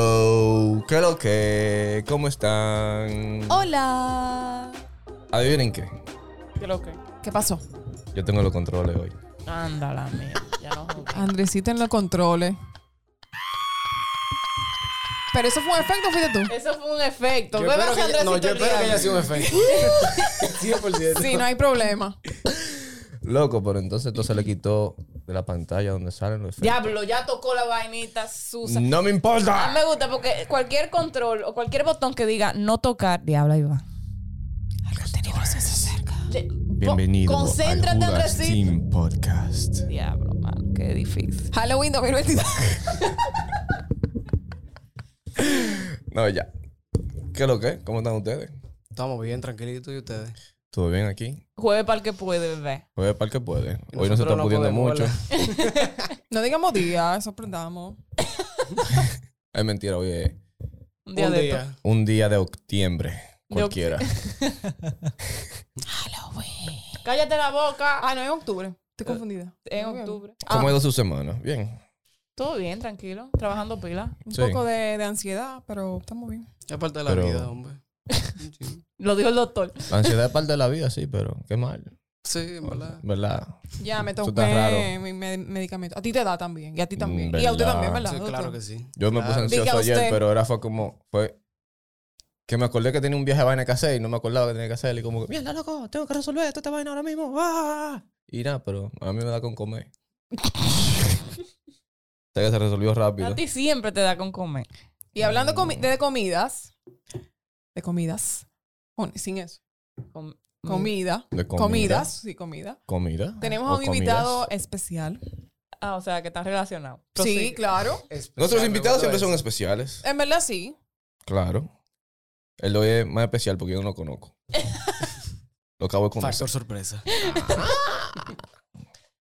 Hello, ¿qué lo que? ¿Cómo están? Hola. Adivinen qué, ¿Qué lo que? ¿Qué pasó? yo tengo los controles hoy. Ándala, mía. Ya no jugué. Andresita en los controles. Pero eso fue un efecto, o fuiste tú. Eso fue un efecto. Ve, pero si Andresito no, yo espero que Hernández. haya sido un efecto. 100%. Sí, no hay problema. Loco, pero entonces entonces le quitó de la pantalla donde salen los efectos. Diablo, ya tocó la vainita sucia. No me A mí importa. me gusta porque cualquier control o cualquier botón que diga no tocar, diablo, ahí va. Algo tenebroso se acerca. Le- Bienvenido. con- Concéntrate, Andresito. Team Podcast. Diablo, mano, qué difícil. Halloween 2022. No, ya. ¿Qué lo que? ¿Cómo están ustedes? Estamos bien, tranquilitos y ustedes. ¿Todo bien aquí? Juegue para el que puede, bebé. Jueves para el que puede. Hoy no se Nosotros está no pudiendo podemos, mucho. ¿verdad? No digamos día, eso aprendamos. Es mentira, hoy es Un día un de esto. día. un día de octiembre. Cualquiera. Halloween. Cállate la boca. Ah, no, es octubre. Estoy confundida. En Muy bien. octubre. ¿Cómo ha ido su semana? Bien. Todo bien, tranquilo. Trabajando pila. Un Sí. poco de, de ansiedad, pero estamos bien. Es parte de la Pero- vida, hombre. Sí, Lo dijo el doctor. La ansiedad es parte de la vida, sí, pero qué mal. Sí, en verdad. ¿Verdad? Ya me Eso tomé está raro. mi med- medicamento. A ti te da también. Y a ti también. Mm, Y a usted verdad. también, ¿verdad? Sí, doctor? claro que sí. Yo me puse Claro. ansioso Ah, Diga ayer, usted. pero ahora fue como, fue que me acordé que tenía un viaje de vaina que hacer y no me acordaba que tenía que hacer y como que, mierda, loco, tengo que resolver esto, esta vaina ahora mismo. ¡Ah! Y nada, pero a mí me da con comer. sé que se resolvió rápido. A ti siempre te da con comer. Y hablando comi- de comidas. De comidas. Con- sin eso. Com- Mm. Comida. Ah, De comida. Comidas. Sí, comida. Comida. Tenemos o a un invitado comidas. especial. Ah, o sea, que están relacionados. Sí, claro. Nuestros invitados siempre son especiales. En verdad, sí. Claro. El de hoy es más especial porque yo no lo conozco. lo acabo de conocer. Factor sorpresa.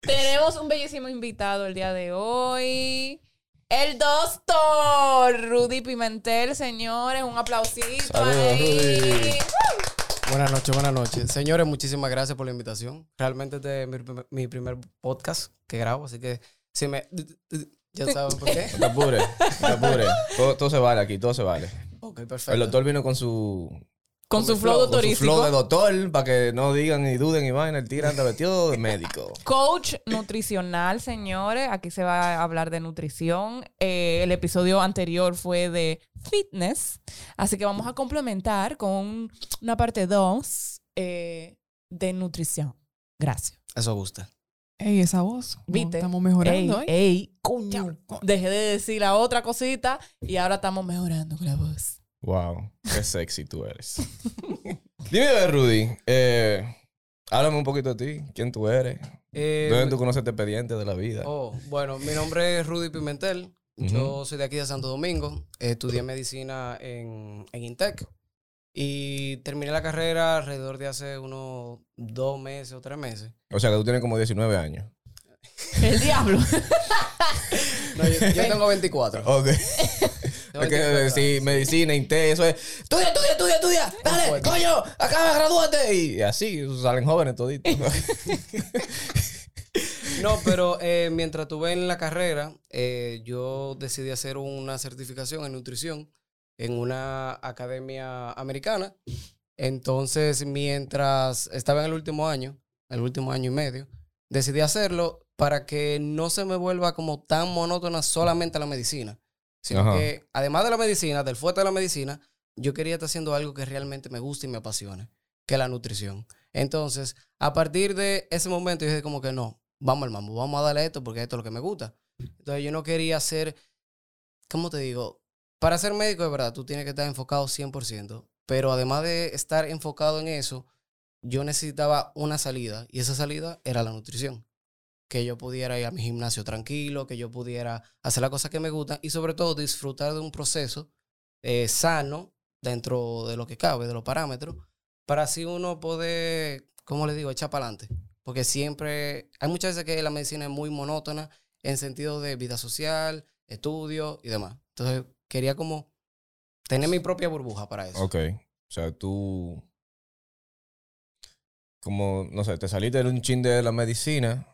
Tenemos un bellísimo invitado el día de hoy. El doctor Rudy Pimentel, señores, un aplausito Saludos, ahí. Rudy. Buenas noches, buenas noches. Señores, muchísimas gracias por la invitación. Realmente este es mi, primer- mi primer podcast que grabo, así que si me... Ya saben por qué. No te apures, no te apures. Todo, todo se vale aquí, todo se vale. Ok, El perfecto. doctor vino con su Con su flow Con su doctorístico. flow de doctor, para que no digan ni duden y vayan, el tigre anda vestido de médico. Coach nutricional, señores. Aquí se va a hablar de nutrición. Eh, el episodio anterior fue de fitness. Así que vamos a complementar con una parte 2 de nutrición. Gracias. Eso gusta. Ey, esa voz. ¿Cómo ¿Viste? Estamos mejorando, ey, ¿eh? ey, coño. Dejé de decir la otra cosita y ahora estamos mejorando con la voz. Wow, qué sexy tú eres. Dime, Rudy, eh, háblame un poquito de ti, quién tú eres, Eh, dónde tú conoces este expediente de la vida. Oh, bueno, mi nombre es Rudy Pimentel. Yo soy de aquí de Santo Domingo. Estudié medicina en, en Intec. Y terminé la carrera alrededor de hace unos dos meses o tres meses. O sea, que tú tienes como 19 años. El diablo. No, yo, yo tengo 24. Ok. Tengo Oh, Es que 24. decir medicina, inte, eso es. Estudia, estudia, estudia, estudia. Dale, fuerte. coño, acaba, gradúate. Y así salen jóvenes toditos. No, pero eh, mientras estuve en la carrera, eh, yo decidí hacer una certificación en nutrición en una academia americana. Entonces, mientras estaba en el último año, el último año y medio, decidí hacerlo para que no se me vuelva como tan monótona solamente la medicina. Sino Ajá. que, además de la medicina, del fuerte de la medicina, yo quería estar haciendo algo que realmente me guste y me apasione, que es la nutrición. Entonces, a partir de ese momento, yo dije como que no, vamos al mambo, vamos a darle esto porque esto es lo que me gusta. Entonces, yo no quería ser, ¿cómo te digo? Para ser médico, de verdad, tú tienes que estar enfocado 100%, pero además de estar enfocado en eso, yo necesitaba una salida y esa salida era la nutrición. Que yo pudiera ir a mi gimnasio tranquilo, que yo pudiera hacer las cosas que me gustan y sobre todo disfrutar de un proceso eh, sano dentro de lo que cabe, de los parámetros, para así uno poder, ¿cómo le digo?, echar para adelante. Porque siempre, hay muchas veces que la medicina es muy monótona en sentido de vida social, estudio y demás. Entonces quería como tener mi propia burbuja para eso. Ok. O sea, tú. Como, no sé, te saliste de un chin de la medicina.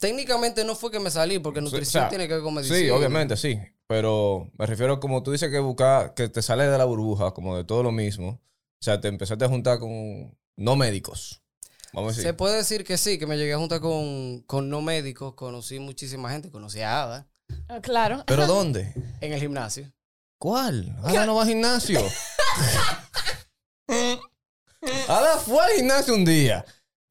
Técnicamente no fue que me salí, porque Sí, nutrición o sea, tiene que ver con medicina. Sí, obviamente, sí. Pero me refiero como tú dices que buscar, que te sales de la burbuja, como de todo lo mismo. O sea, te empezaste a juntar con no médicos. Vamos a decir. Se puede decir que sí, que me llegué a juntar con, con no médicos, conocí muchísima gente, conocí a Ada Ah, Claro. ¿Pero dónde? en el gimnasio. ¿Cuál? Ahora no va al gimnasio. Ahora Ah, fue al gimnasio un día.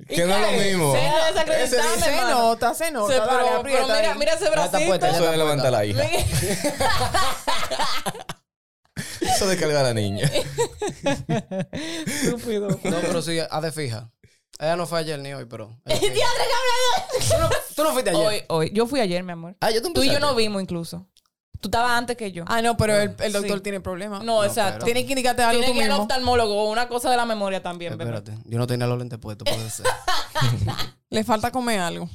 Que no es lo mismo. Se, Eso desacreditarme, dice- se hermano. nota, se nota. Se- dale, pero, aprieta pero mira, ahí. mira ese Ya está puesta, bracito. Eso de levantar a la hija. Mira- Eso de cargar a la niña. Estúpido. No, pero sí, Ada es fija. Ella no fue ayer ni hoy, pero. ella es fija. Tú no fuiste ayer. Hoy, hoy. Yo fui ayer, mi amor. Ah, yo te Tú y yo empezaste. no vimos incluso. Tú estabas antes que yo. Ah, no, pero el, el doctor Sí. tiene problemas. no, exacto. pero- Tiene Tienes que indicarte algo tú que ir al mismo. oftalmólogo o una cosa de la memoria también, ¿verdad? Espérate, yo no tenía los lentes puestos, puede ser. Le falta comer algo.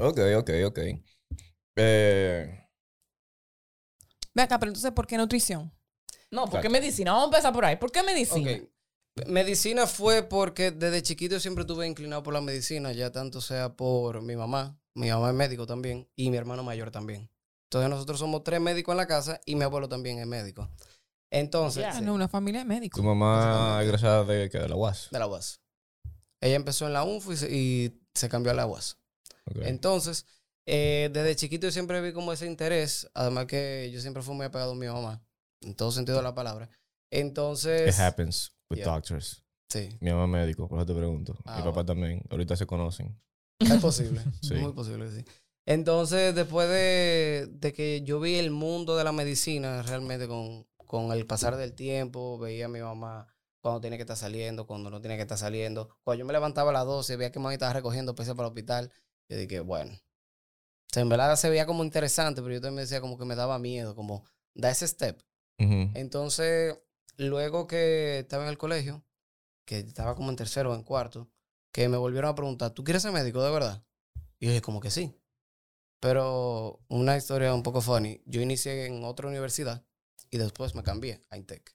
Ok, ok, ok. Eh, Ve acá, pero entonces, ¿por qué nutrición? No, ¿por qué Exacto. medicina? Vamos a empezar por ahí. ¿Por qué medicina? Ok. Medicina fue porque desde chiquito siempre estuve inclinado por la medicina, ya tanto sea por mi mamá, mi mamá es médico también y mi hermano mayor también. Entonces nosotros somos tres médicos en la casa y mi abuelo también es médico. Entonces, Ya. Ah, sí, No, una familia de tu médicos. mamá es egresada de, que de la UAS. de la UAS. Ella empezó en la UNFU y se, y se cambió a la UAS. Ok. Entonces, eh, desde chiquito yo siempre vi como ese interés, además que yo siempre fui muy apegado a mi mamá, en todo sentido de la palabra. Entonces, It happens with Yeah. doctors. sí, Mi mamá es médico, por eso te pregunto. Ah, mi papá también. Ahorita se conocen. es posible, Sí. muy posible, que sí. Entonces, después de, de que yo vi el mundo de la medicina, realmente con, con el pasar del tiempo, veía a mi mamá cuando tiene que estar saliendo, cuando no tiene que estar saliendo. Cuando yo me levantaba a las 12, veía que mamá estaba recogiendo peces para el hospital, yo dije, bueno, o sea, en verdad se veía como interesante, pero yo también decía como que me daba miedo, como da ese step. Ujú. Entonces, luego que estaba en el colegio, que estaba como en tercero o en cuarto, que me volvieron a preguntar, ¿tú quieres ser médico de verdad? Y yo dije, como que sí. Pero una historia un poco funny. Yo inicié en otra universidad y después me cambié a Intec.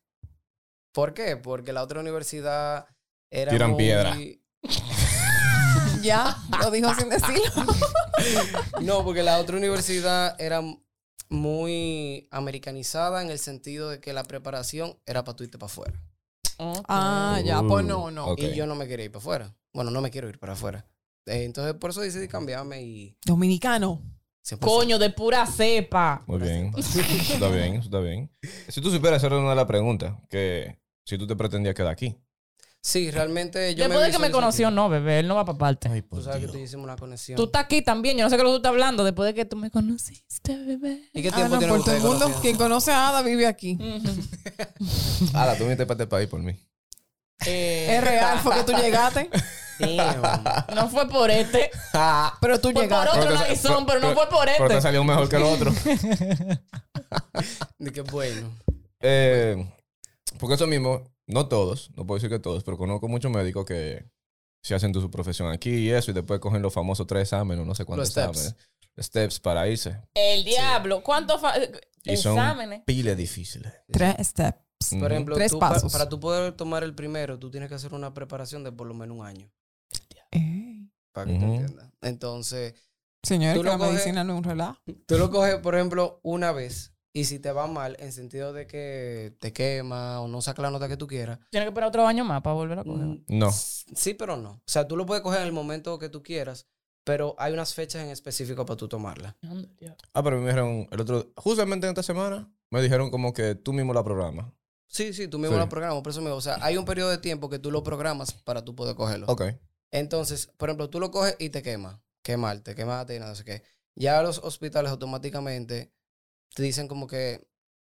¿Por qué? Porque la otra universidad era Tiran muy- piedra. Ya, lo dijo sin decirlo. No, porque la otra universidad era muy americanizada en el sentido de que la preparación era para tú irte para afuera. Ok. Ah, ya, pues no, no. Ok. Y yo no me quería ir para afuera. Bueno, no me quiero ir para afuera. Eh, entonces, por eso decidí cambiarme y... Dominicano. 100%. Coño, de pura cepa. Muy bien. Eso está bien, eso está bien. Si tú supieras, hacer una de las preguntas. Que si tú te pretendías quedar aquí. Sí, realmente yo Después de que me visualizo conoció, aquí. no, bebé, él no va para parte. Tú sabes que tú hicimos una conexión. Tú estás aquí también, yo no sé qué lo que tú estás hablando después de que tú me conociste, bebé. ¿Y qué Ah, tiempo no, tienen por todo el ustedes mundo. conociéndose? Quien conoce a Ada vive aquí. Ahora, tú viniste para este país por mí. Eh, Es real, fue que tú llegaste. Damn. no fue por este, Pero tú fue por llegaste. otro Pero te- narizón, pero no pero- fue por Pero te este. salió mejor que el otro. De qué bueno. Eh, porque eso mismo, no todos, no puedo decir que todos, pero conozco muchos médicos que se hacen de su profesión aquí y eso, y después cogen los famosos tres exámenes, no sé cuántos Los steps. exámenes. Steps para irse. El diablo, ¿cuántos fa- Y son exámenes? piles difíciles. Tres steps. Ujú. Por ejemplo, Tres tú pa- pasos. para tú poder tomar el primero, tú tienes que hacer una preparación de por lo menos un año. Ey. Para que Ujú. te entiendas. Entonces, Señores, Tú que la lo coges- medicina no es un relajo. Tú lo coges, por ejemplo, una vez y si te va mal, en sentido de que te quema o no saca la nota que tú quieras. Tienes que esperar otro año más para volver a coger. mm, No. Sí, pero no. O sea, tú lo puedes coger en el momento que tú quieras, pero hay unas fechas en específico para tú tomarla. Anda, diablo. Ah, pero me dijeron el otro, justamente en esta semana, me dijeron como que tú mismo la programas. Sí, sí, tú mismo Sí. lo programas, por eso mismo. O sea, hay un periodo de tiempo que tú lo programas para tú poder cogerlo. Ok. Entonces, por ejemplo, tú lo coges y te quema. Quemarte, quemate y no sé qué. Ya los hospitales automáticamente te dicen como que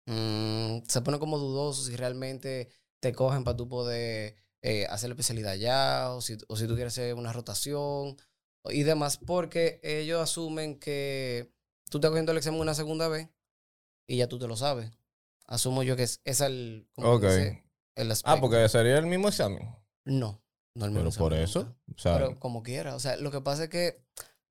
mm, se ponen como dudosos si realmente te cogen para tú poder eh, hacer la especialidad ya o si, o si tú quieres hacer una rotación y demás, porque ellos asumen que tú estás cogiendo el examen una segunda vez y ya tú te lo sabes. Asumo yo que es, es el, como Ok. que dice, el Ah, aspecto. porque sería el mismo examen. No, no el mismo Pero por examen nunca. eso, o sea, Pero como quiera. O sea, lo que pasa es que,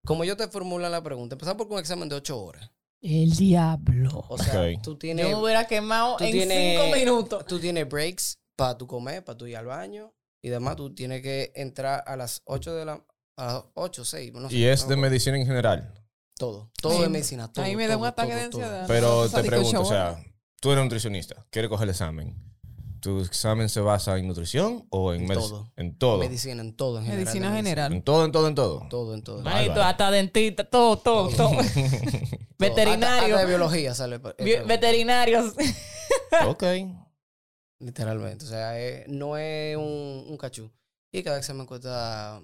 como yo te formulan la pregunta, empezar por un examen de ocho horas. El diablo. O sea, Ok. tú Yo tienes. me hubiera quemado tú en tienes- cinco minutos. Tú tienes breaks para tu comer, para tu ir al baño y demás. Tú tienes que entrar a las 8 de la. A las 8, 6. No sé, y es no de me acuerdo. medicina en general. Todo. Todo Ay, es medicina. Todo, A mí me da un todo, ataque todo, de todo. ansiedad. Pero te digo, pregunto, o chabón. sea, tú eres nutricionista, quieres coger el examen. ¿Tu examen se basa en nutrición o en En medic- todo. En todo. Medicina, en todo en general. Medicina en general. En todo, en todo, en todo. Todo, en todo. Bárbaro. Manito, hasta dentista, todo, todo, todo. Hasta- Veterinario. hasta de biología sale. pa- vi- veterinarios. ok. Literalmente. O sea, es- no es un, un cachú. Y cada examen cuesta.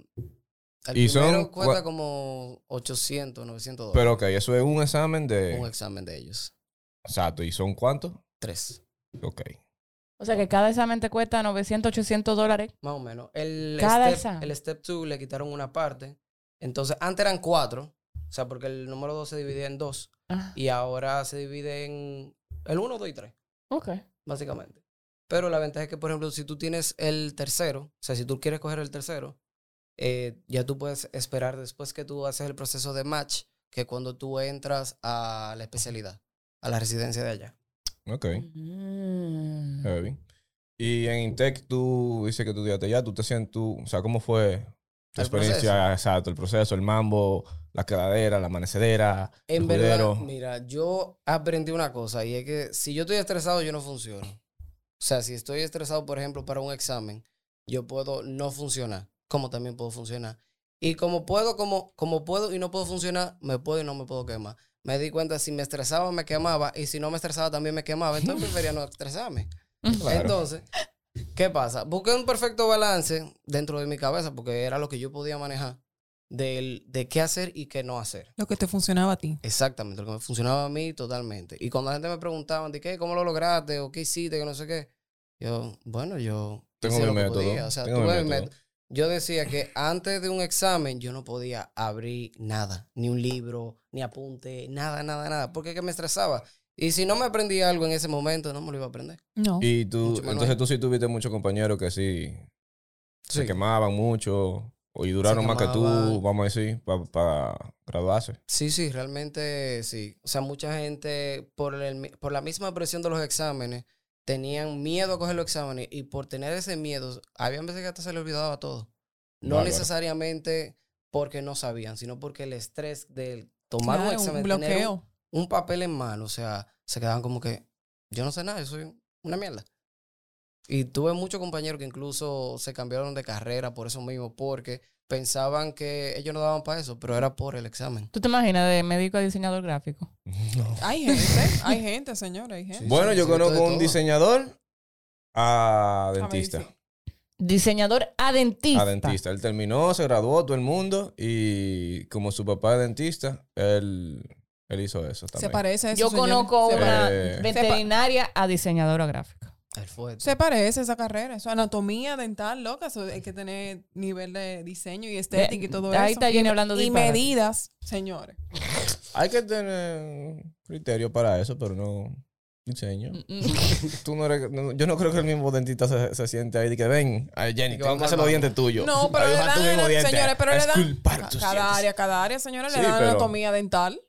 El Y son primero cuesta cua- como 800, 900 dólares. Pero ok, eso es un examen de... Un examen de ellos. Exacto. ¿Y son cuántos? Tres. Ok. O sea que cada examen te cuesta 900, 800 dólares. Más o menos. El Cada step, examen. El step 2 le quitaron una parte. Entonces, antes eran cuatro. O sea, porque el número dos se dividía en dos. Ah, Y ahora se divide en el uno, dos y tres. ok. básicamente. Pero la ventaja es que, por ejemplo, si tú tienes el tercero, o sea, si tú quieres coger el tercero, eh, ya tú puedes esperar después que tú haces el proceso de match, que cuando tú entras a la especialidad, a la residencia de allá. Ok. Mm. Heavy. Y en Intec tú dices que tú estudiaste ya, tú te sientes tú, o sea, ¿cómo fue tu El experiencia? proceso. Exacto, el proceso, el mambo, la quedadera, la amanecedera, En el verdad, juidero. mira, yo aprendí una cosa y es que si yo estoy estresado, yo no funciono. O sea, si estoy estresado, por ejemplo, para un examen, yo puedo no funcionar, como también puedo funcionar. Y como puedo, como, como puedo y no puedo funcionar, me puedo y no me puedo quemar. Me di cuenta, si me estresaba, me quemaba, y si no me estresaba, también me quemaba. Entonces prefería no estresarme. Claro. Entonces, ¿qué pasa? Busqué un perfecto balance dentro de mi cabeza, porque era lo que yo podía manejar, del, de qué hacer y qué no hacer. Lo que te funcionaba a ti. Exactamente, lo que me funcionaba a mí totalmente. Y cuando la gente me preguntaba, de qué, ¿cómo lo lograste? ¿O qué hiciste? Que no sé qué. Yo, bueno, yo... Tengo hice mi lo que método, podía. O sea, tengo mi tuve mi método. método. Yo decía que antes de un examen yo no podía abrir nada, ni un libro, ni apunte, nada, nada, nada, porque es que me estresaba. Y si no me aprendí algo en ese momento, no me lo iba a aprender. No. Y tú, Mucho entonces manual. tú sí tuviste muchos compañeros que sí, se Sí. quemaban mucho o- y duraron más que tú, quemaban. vamos a decir, para graduarse. Sí, sí, realmente sí. O sea, mucha gente por, el mi- por la misma presión de los exámenes tenían miedo a coger los exámenes y por tener ese miedo, había veces que hasta se le olvidaba todo. No Bárbaro. necesariamente porque no sabían, sino porque el estrés del tomar un Claro, examen, un tener un, bloqueo. un papel en mano, o sea, se quedaban como que yo no sé nada, yo soy una mierda. Y tuve muchos compañeros que incluso se cambiaron de carrera por eso mismo, porque pensaban que ellos no daban para eso, pero era por el examen. ¿Tú te imaginas de médico a diseñador gráfico? Hay gente, hay gente, señor, hay gente. Sí, Bueno, sí, yo sí, todo conozco de un todo. diseñador a A dentista. medicina. Diseñador a dentista. a dentista. Él terminó, se graduó, todo el mundo. Y como su papá es dentista, él, él hizo eso Se también. parece a ese Yo señor. conozco Se sepa. una Eh. veterinaria a diseñadora gráfica. El fuerte. Se parece esa carrera, eso anatomía dental, loca, eso hay que tener nivel de diseño y estética y todo Ahí eso. está Jenny hablando de y medidas, señores. Hay que tener criterio para eso, pero no diseño. Mm. Tú no eres- no, yo no creo que el mismo dentista se, se siente ahí y que ven, ay, Jenny, Y que tengo que vamos hacer al los baño". dientes tuyos. No, pero Ay, le ojalá tu mismo dan, diente. señores, pero le dan Exculpar ca- tus cada dientes. área, cada área, señores, Sí, le dan pero- anatomía dental.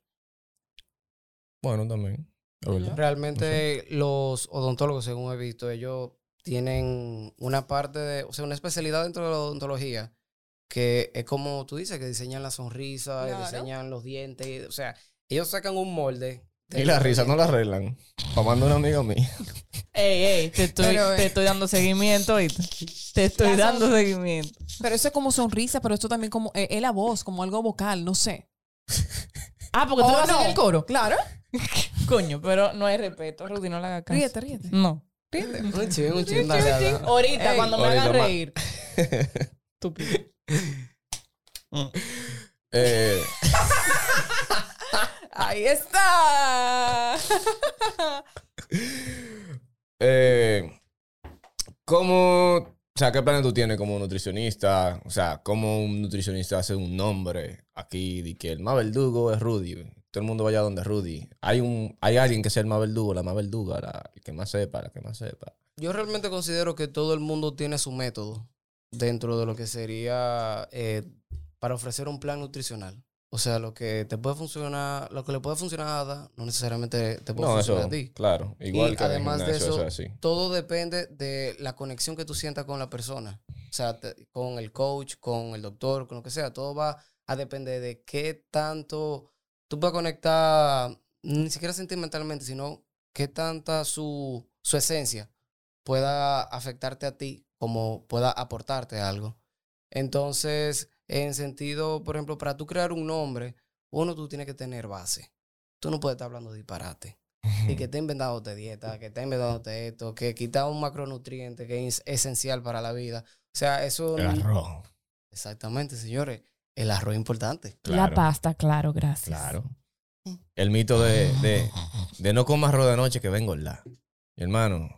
Bueno, también. es verdad. Realmente los odontólogos, según he visto, ellos tienen una parte de, o sea, una especialidad dentro de la odontología que es como tú dices, que diseñan la sonrisa, y Claro. diseñan los dientes, o sea, ellos sacan un molde. de Y la los risa no la arreglan. Mamando una amiga mía. Ey, ey, te estoy, Pero, eh. te estoy dando seguimiento y te estoy Ya dando son- seguimiento. Pero eso es como sonrisa, pero esto también como eh, es la voz, como algo vocal, no sé. Ah, porque tú Oh, vas a no. hacer el coro. Claro. Coño, pero no hay respeto, Rudy, no le hagas caso. Ríete, ríete. No. dientes. Un chin, un chin, dale, dale. Ahorita, Ey. cuando me Ahorita hagan más. reír. Estúpido. Eh, Ahí está. Eh, ¿Cómo, o sea, qué planes tú tienes como nutricionista? O sea, ¿cómo un nutricionista hace un nombre aquí de que el más verdugo es Rudy? Todo el mundo vaya donde Rudy. Hay un, hay alguien que sea el más verdugo, la más verduga, la, el que más sepa, la que más sepa. Yo realmente considero que todo el mundo tiene su método dentro de lo que sería eh, para ofrecer un plan nutricional. O sea, lo que te puede funcionar, lo que le puede funcionar a Ada, no necesariamente te puede No, funcionar eso, a ti. claro. Igual Y que en el además de gimnasio, eso- eso es así. Todo depende de la conexión que tú sientas con la persona. O sea, te- con el coach, con el doctor, con lo que sea. Todo va a depender de qué tanto tú puedes conectar, ni siquiera sentimentalmente, sino qué tanta su, su esencia pueda afectarte a ti como pueda aportarte algo. Entonces, en sentido, por ejemplo, para tú crear un nombre, uno, tú tienes que tener base. Tú no puedes estar hablando de disparate. Mm. Y que te inventándote dieta, que te inventándote esto, que quita un macronutriente que es esencial para la vida. O sea, eso... El no- arroz. Exactamente, señores. El arroz es importante. Claro, La pasta, claro, gracias. Claro. El mito de, de, de no comas arroz de noche que vengo la. Mi hermano.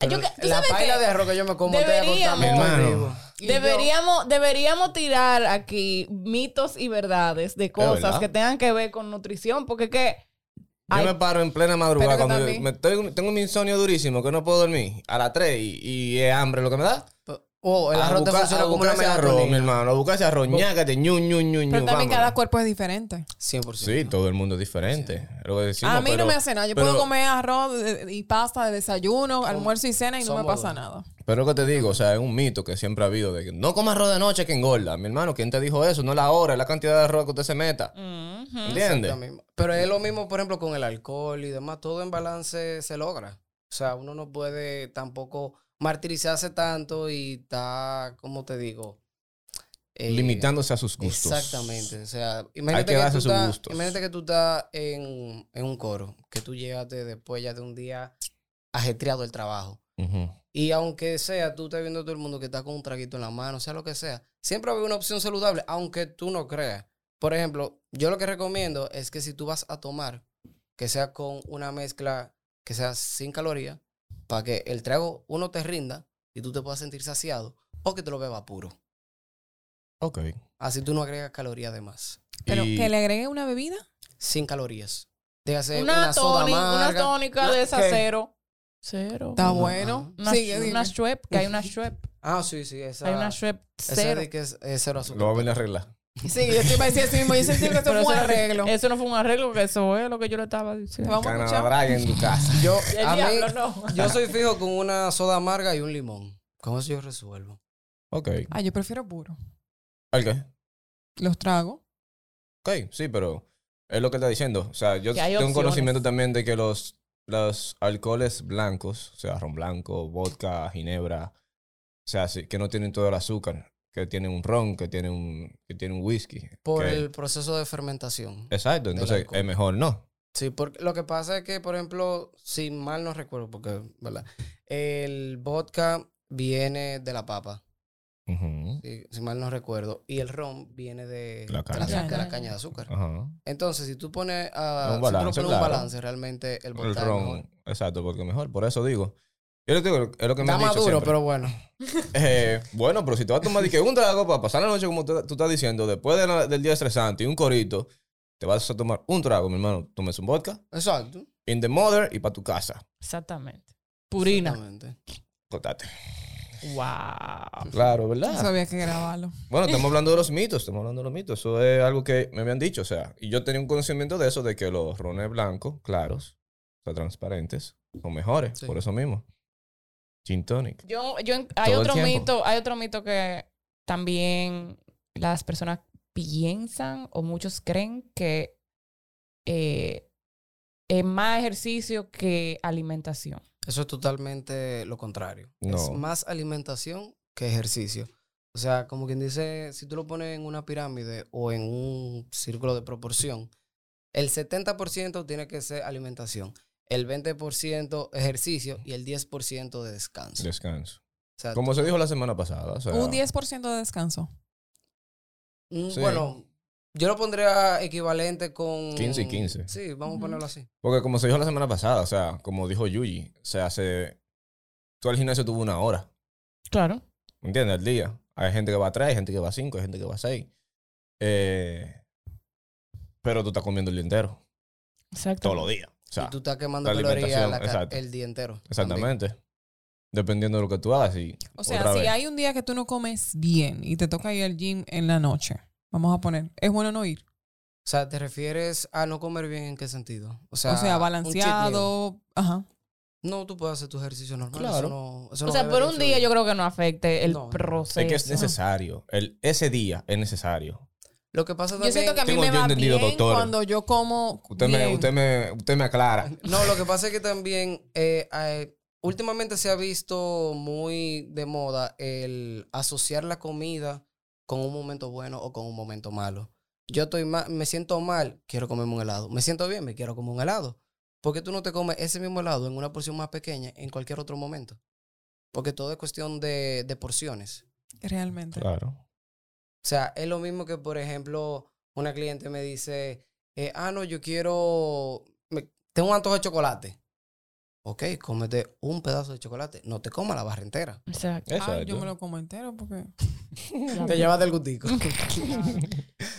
Pero Yo que- ¿tú la sabes paila qué? de arroz que yo me como Deberíamos. te Hermano. Deberíamos, deberíamos tirar aquí mitos y verdades de verdad. cosas que tengan que ver con nutrición, porque es que Yo Ay. me paro en plena madrugada Pero que cuando yo- también- me estoy- tengo mi insomnio durísimo que no puedo dormir a las 3 y, y es hambre lo que me da. Oh, el a arroz te buscar, funciona a como una buscarme arroz, mi melatonina. hermano. A buscarse arroz, ñácate, ñu, ñu, ñu, Pero ñu, también vámonos. cada cuerpo es diferente. 100%. Sí, todo el mundo es diferente. es lo que decimos, a mí pero- no me hace nada. Yo pero- puedo comer arroz eh, y pasta de desayuno, almuerzo y cena y no me somos pasa dos. nada. Pero lo que te digo, o sea, es un mito que siempre ha habido de que no comas arroz de noche que engorda. Mi hermano, ¿quién te dijo eso? No la hora, es la cantidad de arroz que usted se Mm. meta. ¿Entiendes? Lo mismo. Pero es lo mismo, por ejemplo, con el alcohol y demás. Todo en balance se logra. O sea, uno no puede tampoco martirizarse tanto y está, como te digo? Eh, Limitándose a sus gustos. Exactamente. O sea, imagínate que que, darse tú sus estás, gustos. imagínate que tú estás en, en un coro, que tú llegaste después ya de un día ajetreado del trabajo. Ujú. Y aunque sea, tú estás viendo a todo el mundo que está con un traguito en la mano, sea lo que sea, siempre va a haber una opción saludable, aunque tú no creas. Por ejemplo, yo lo que recomiendo es que si tú vas a tomar, que sea con una mezcla que sea sin calorías, para que el trago uno te rinda y tú te puedas sentir saciado, o que te lo bebas puro. Ok. Así tú no agregas calorías de más. Pero Y- que le agregue una bebida. Sin calorías. Dígase una, una, soda tónica, una amarga. tónica de esa ¿Qué? cero. Cero. Está No, bueno. Una, Sí, sh- sí. una Schweppes, que hay una Schweppes. Ah, sí, sí. Esa, Hay una Schweppes esa cero. de que es, es cero azúcar. Lo va a venir a arreglar. Sí, yo te iba a decir así mismo. Yo sentí que eso Pero fue un eso- arreglo. Eso no fue un arreglo, que eso es lo que yo le estaba diciendo. Vamos a Canadá escuchar. Brian en tu casa. Yo, El a mí- diablo, no. yo soy fijo con una soda amarga y un limón. Con eso yo resuelvo. Ok. Ah, yo prefiero puro. Ok. Los trago. Ok, sí, pero es lo que está diciendo. O sea, yo Que hay tengo un opciones. conocimiento también de que los, los alcoholes blancos, o sea, ron blanco, vodka, ginebra, o sea, sí, que no tienen todo el azúcar, que tienen un ron, que tienen un, que tienen un whisky. Por que- el proceso de fermentación. Exacto, del entonces alcohol. es mejor no. Sí, porque lo que pasa es que, por ejemplo, si mal no recuerdo, porque, ¿verdad? El vodka viene de la papa, Ujú, si, si mal no recuerdo. Y el ron viene de, La de caña. de la caña de azúcar. Ajá. Entonces, si tú pones Un a, si tú le balance, pones claro. un balance, realmente el vodka El es mejor. ron, exacto, porque mejor, por eso digo. Yo lo que digo, es lo que me Está han más dicho duro, siempre. pero bueno. Eh, bueno, pero si te vas a tomar de que un trago para pasar la noche, como tú, tú estás diciendo, después de la- del día estresante y un corito, te vas a tomar un trago, mi hermano. Tomes un vodka, Exacto. in the mother y para tu casa. Exactamente. Purina. Exactamente. Cotate. Wow. Claro, Ah. No ¿verdad? sabía que grabarlo. Bueno, estamos hablando de los mitos, estamos hablando de los mitos. Eso es algo que me habían dicho, o sea, y yo tenía un conocimiento de eso, de que los rones blancos, claros, o sea, transparentes, son mejores, Sí. por eso mismo. Gin tonic. Yo, yo, en- hay Todo el otro tiempo. mito, hay otro mito que también las personas piensan o muchos creen que eh, es más ejercicio que alimentación. Eso es totalmente lo contrario. Es No. más alimentación que ejercicio. O sea, como quien dice, si tú lo pones en una pirámide o en un círculo de proporción, el 70% tiene que ser alimentación, el 20% ejercicio y el 10% de descanso. Descanso. O sea, Como se dijo la semana pasada, o sea, Un 10% de descanso. mm, sí. Bueno, yo lo pondría equivalente con... 15 y 15. Sí, vamos a Ujú. ponerlo así. Porque como se dijo la semana pasada, o sea, como dijo Yuji, o sea, se, tú al gimnasio tuvo una hora, Claro. ¿entiendes? Al día. Hay gente que va a tres, hay gente que va a cinco, hay gente que va a seis. Eh, pero tú estás comiendo el día entero, Exacto. todos los días. O sea, y tú estás quemando la calorías la alimentación, ca- exacto. el día entero. también. exactamente. Dependiendo de lo que tú hagas. Y O sea, otra si vez. hay un día que tú no comes bien y te toca ir al gym en la noche, vamos a poner, es bueno no ir. O sea, ¿te refieres a no comer bien en qué sentido? O sea, o sea, Ah, un cheat meal. balanceado. Ajá. No, tú puedes hacer tu ejercicio normal. Claro. eso no- eso O no sea, debe por de un día influir. yo creo que no afecte el No, no. proceso. Es que es necesario. El, ese día es necesario. Lo que pasa Yo también... siento que a mí Tengo me yo va bien entendido, doctora. cuando yo como Usted bien. me, usted, me, usted me aclara. No, lo que pasa es que también eh, eh, últimamente se ha visto muy de moda el asociar la comida con un momento bueno o con un momento malo. Yo estoy mal, me siento mal, quiero comerme un helado. Me siento bien, me quiero comer un helado. ¿Por qué tú no te comes ese mismo helado en una porción más pequeña en cualquier otro momento? Porque todo es cuestión de, de porciones. Realmente. Claro. O sea, es lo mismo que, por ejemplo, una cliente me dice, eh, ah, no, yo quiero, me- tengo un antojo de chocolate. Ok, cómete un pedazo de chocolate. No te comas la barra entera. Exacto. Exacto. Ah, yo me lo como entero porque... Te llevas del gustico.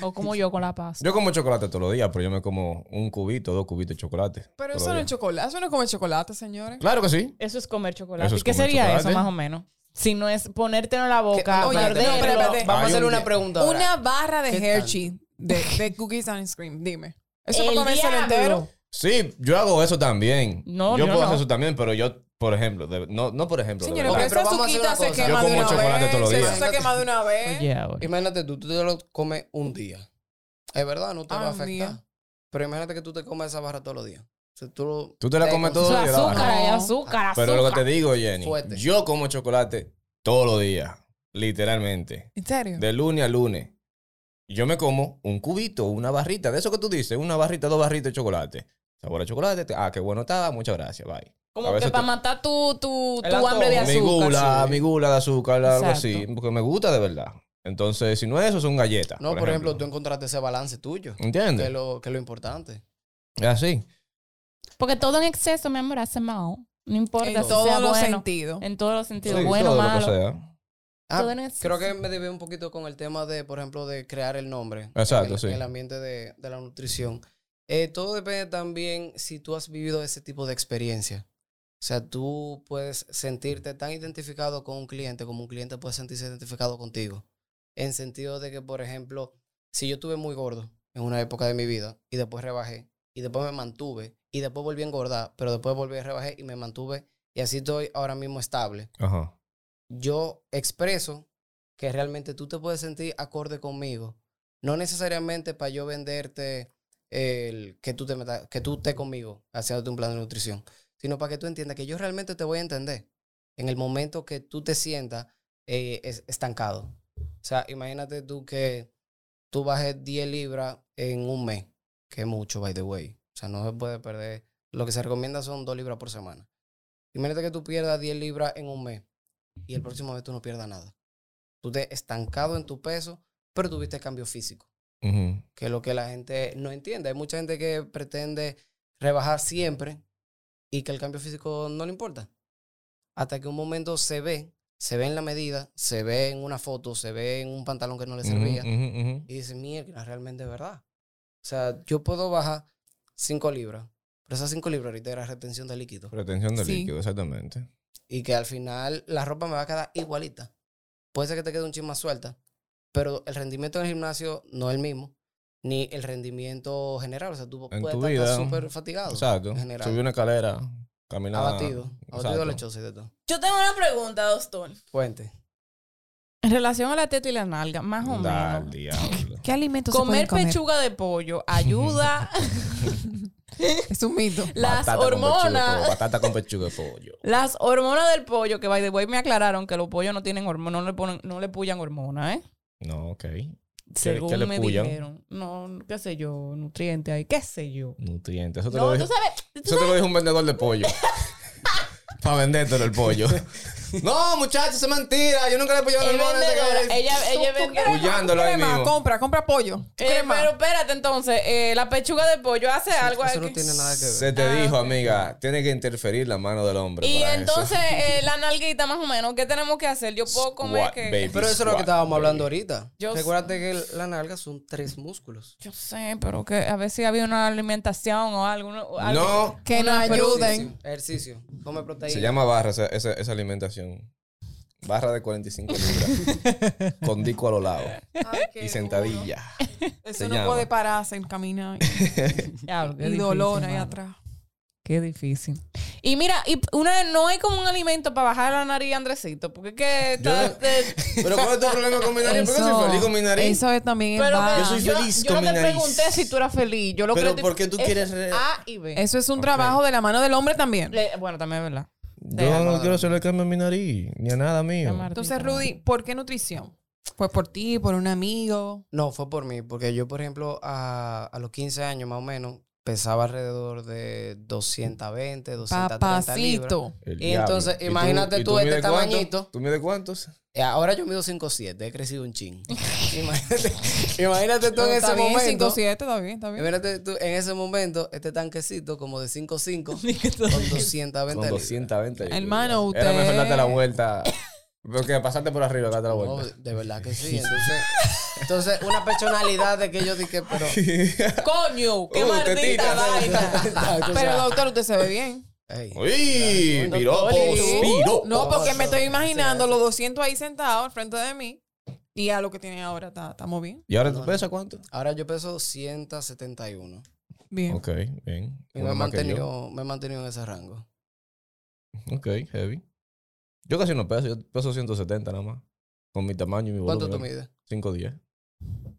o como yo con la pasta. Yo como chocolate todos los días, pero yo me como un cubito, dos cubitos de chocolate. Pero todos eso los no es días. chocolate. Eso no es como chocolate, señores. Claro que sí. Eso es comer chocolate. Eso es ¿Y qué comer sería chocolate. eso, más o menos? Si no es ponértelo en la boca, Oye, morderlo. no, espérate, espérate. Vamos a Hay hacer un una día- pregunta. ahora. Una barra de ¿Qué tal? Hershey de, de cookies and cream. Dime. Eso El para comérselo diablo. entero. Sí, yo hago eso también. No, yo yo puedo no. hacer eso también, pero yo, por ejemplo, de- no, no por ejemplo. de Señores, verdad. pero Ok, esa pero vamos a hacer suquita una se cosa. quema Yo de como una chocolate vez. todos los días. Eso se quema de una vez. Oye, ahora. Imagínate tú, tú te lo comes un día. Es verdad, no te va a Ah, afectar. mía. Pero imagínate que tú te comas esa barra todos los días. O sea, tú, lo- Tú te la comes Eso todos es los días. la azúcar, vaina. hay No. azúcar, azúcar. Pero lo que te digo, Jenny, Fuerte. yo como chocolate todos los días, literalmente. ¿En serio? De lunes a lunes. Yo me como un cubito, una barrita, de eso que tú dices, una barrita, dos barritas de chocolate. Sabor a chocolate, te- ah, qué bueno está, muchas gracias, bye. A Como que veces para te- matar tu, tu, El tu antojo. hambre de mi gula, azúcar. mi gula de azúcar, algo Exacto. así, porque me gusta de verdad. Entonces, si no es eso, son galletas. no, por ejemplo, tú encontraste ese balance tuyo, que ¿Entiendes? es lo, que es lo importante. Es así. Porque todo en exceso, mi amor, hace mal. No importa En si todos sea los bueno. sentidos. En todos los sentidos. Sí, bueno, todo lo que malo. sea. Ah, Todo en exceso. creo que me debí un poquito con el tema de, por ejemplo, de crear el nombre. Exacto, en el, sí. en el ambiente de, de la nutrición. Eh, todo depende también si tú has vivido ese tipo de experiencia. O sea, tú puedes sentirte tan identificado con un cliente como un cliente puede sentirse identificado contigo. En sentido de que, por ejemplo, si yo estuve muy gordo en una época de mi vida y después rebajé y después me mantuve y después volví a engordar, pero después volví a rebajar y me mantuve y así estoy ahora mismo estable Ajá. yo expreso que realmente tú te puedes sentir acorde conmigo. No necesariamente para yo venderte el que tú te metas- que tú estés conmigo haciéndote un plan de nutrición, sino para que tú entiendas que yo realmente te voy a entender en el momento que tú te sientas eh, es- estancado. O sea, imagínate tú que tú bajes 10 libras en un mes, que es mucho, by the way. O sea, no se puede perder. Lo que se recomienda son 2 libras por semana. Imagínate que tú pierdas 10 libras en un mes y el próximo mes tú no pierdas nada. Tú estés estancado en tu peso, pero tuviste cambio físico, Ujú. que es lo que la gente no entiende. Hay mucha gente que pretende rebajar siempre y que el cambio físico no le importa. Hasta que un momento se ve, se ve en la medida, se ve en una foto, se ve en un pantalón que no le Ujú, servía ujú, ujú. y dices, mierda, realmente es verdad. O sea, yo puedo bajar 5 libras, pero esas 5 libras ahorita era retención de líquido Retención de Sí. líquido, exactamente. y que al final la ropa me va a quedar igualita. Puede ser que te quede un chin más suelta, pero el rendimiento en el gimnasio no es el mismo, ni el rendimiento general. O sea, tú En puedes tu estar vida, súper fatigado. Exacto. en general. Subí una escalera, caminaba. Abatido, abatido Exacto. lechoso y de todo. Yo tengo una pregunta, doctor. Cuente. En relación a la teta y la nalga, más o Da al menos. diablo. ¿Qué alimentos Comer se pueden comer? pechuga de pollo ayuda Es un mito. las Batata con pechuga de pollo, hormonas. Batata con pechuga de pollo. Las hormonas del pollo, que by the way me aclararon que los pollos no tienen hormonas, no le ponen, no le puyan hormonas, ¿eh? No, ok. Según qué le me puyan? dijeron. No, qué sé yo, nutriente ahí, qué sé yo. Nutrientes. Eso te No, lo tú dijo. sabes, tú Eso te lo dijo un vendedor de pollo. Para vendértelo el pollo. no, muchachos, eso es mentira. Yo nunca le he Es el mono vendedora, ese Ella, ella es vendedora. Puyándolo ahí Crema, mismo. compra, compra pollo. Eh, Crema. pero espérate, entonces, eh, la pechuga de pollo hace algo Eso ahí no que- tiene nada que ver. Se te dijo, amiga, tiene que interferir la mano del hombre. Y para entonces, eso. eh, la nalguita más o menos, ¿qué tenemos que hacer? Yo puedo comer Squat, que... baby, Pero eso es lo squat, que estábamos baby. hablando ahorita. Yo Recuérdate que el- la nalga son tres músculos. Yo sé, pero que a ver si había una alimentación o algo. o algo. No, que nos ayuden. ¿eh? Ejercicio, ejercicio. Come proteína. se llama barra esa, esa- esa alimentación. Barra de 45 libras. con disco a los lados. Y sentadilla. Eso se no llama. puede pararse en caminar. Diablo, qué Y difícil, dolor ahí mano. atrás. Qué difícil. Y mira, y una, no hay como un alimento para bajar la nariz, Andresito, porque es que... está- Yo- te- Pero ¿cuál es tu problema con mi nariz? ¿Por qué soy feliz con mi nariz? Eso es también es pero que- vago. Yo soy feliz con yo no mi te nariz. pregunté si tú eras feliz. Yo lo Pero que te- ¿por qué tú es quieres re- A y B. Eso es un trabajo de la mano del hombre también. Le- bueno, también es verdad. Yo no quiero hacerle cambio a mi nariz, ni a nada mío. Entonces, Rudy, ¿por qué nutrición? Pues por ti, por un amigo. No, fue por mí, porque yo, por ejemplo, a, a los 15 años más o menos, pesaba alrededor de 220, 230 libras. Mm. Papacito. El Y entonces, diablo. ¿Y imagínate tú este mides cuánto? tamañito. ¿Tú mides cuántos? Eh, Ahora yo mido 5'7", he crecido un chin. imagínate, imagínate tú en Está ese bien, momento. 5'7", está bien, está bien. Imagínate tú en ese momento, este tanquecito como de 5'5", con 220 Con libras. 220. libras. Hermano, Era usted- mejor darte la vuelta. Porque pasaste por arriba, date la No, vuelta. de verdad que sí. Entonces, entonces una personalidad de que yo dije, pero... Coño, qué Uh, maldita tetita. vaina. Exacto, o sea, Pero, doctor, usted se ve bien. ey. ¡Uy! Doctor, Piropos, ¿y tú? piropos. No, porque me estoy sí, imaginando sí. los 200 ahí sentados al frente de mí y a lo que tienen ahora. está- ¿Estamos bien? ¿Y ahora tú pesas cuánto? Ahora yo peso 171. Bien. Ok, bien. Y Uno me he, más que mantenido, me he mantenido en ese rango. yo. Ok, heavy. Yo casi no peso, yo peso 170 nada más. Con mi tamaño y mi volumen. ¿Cuánto tú mides? 5'10.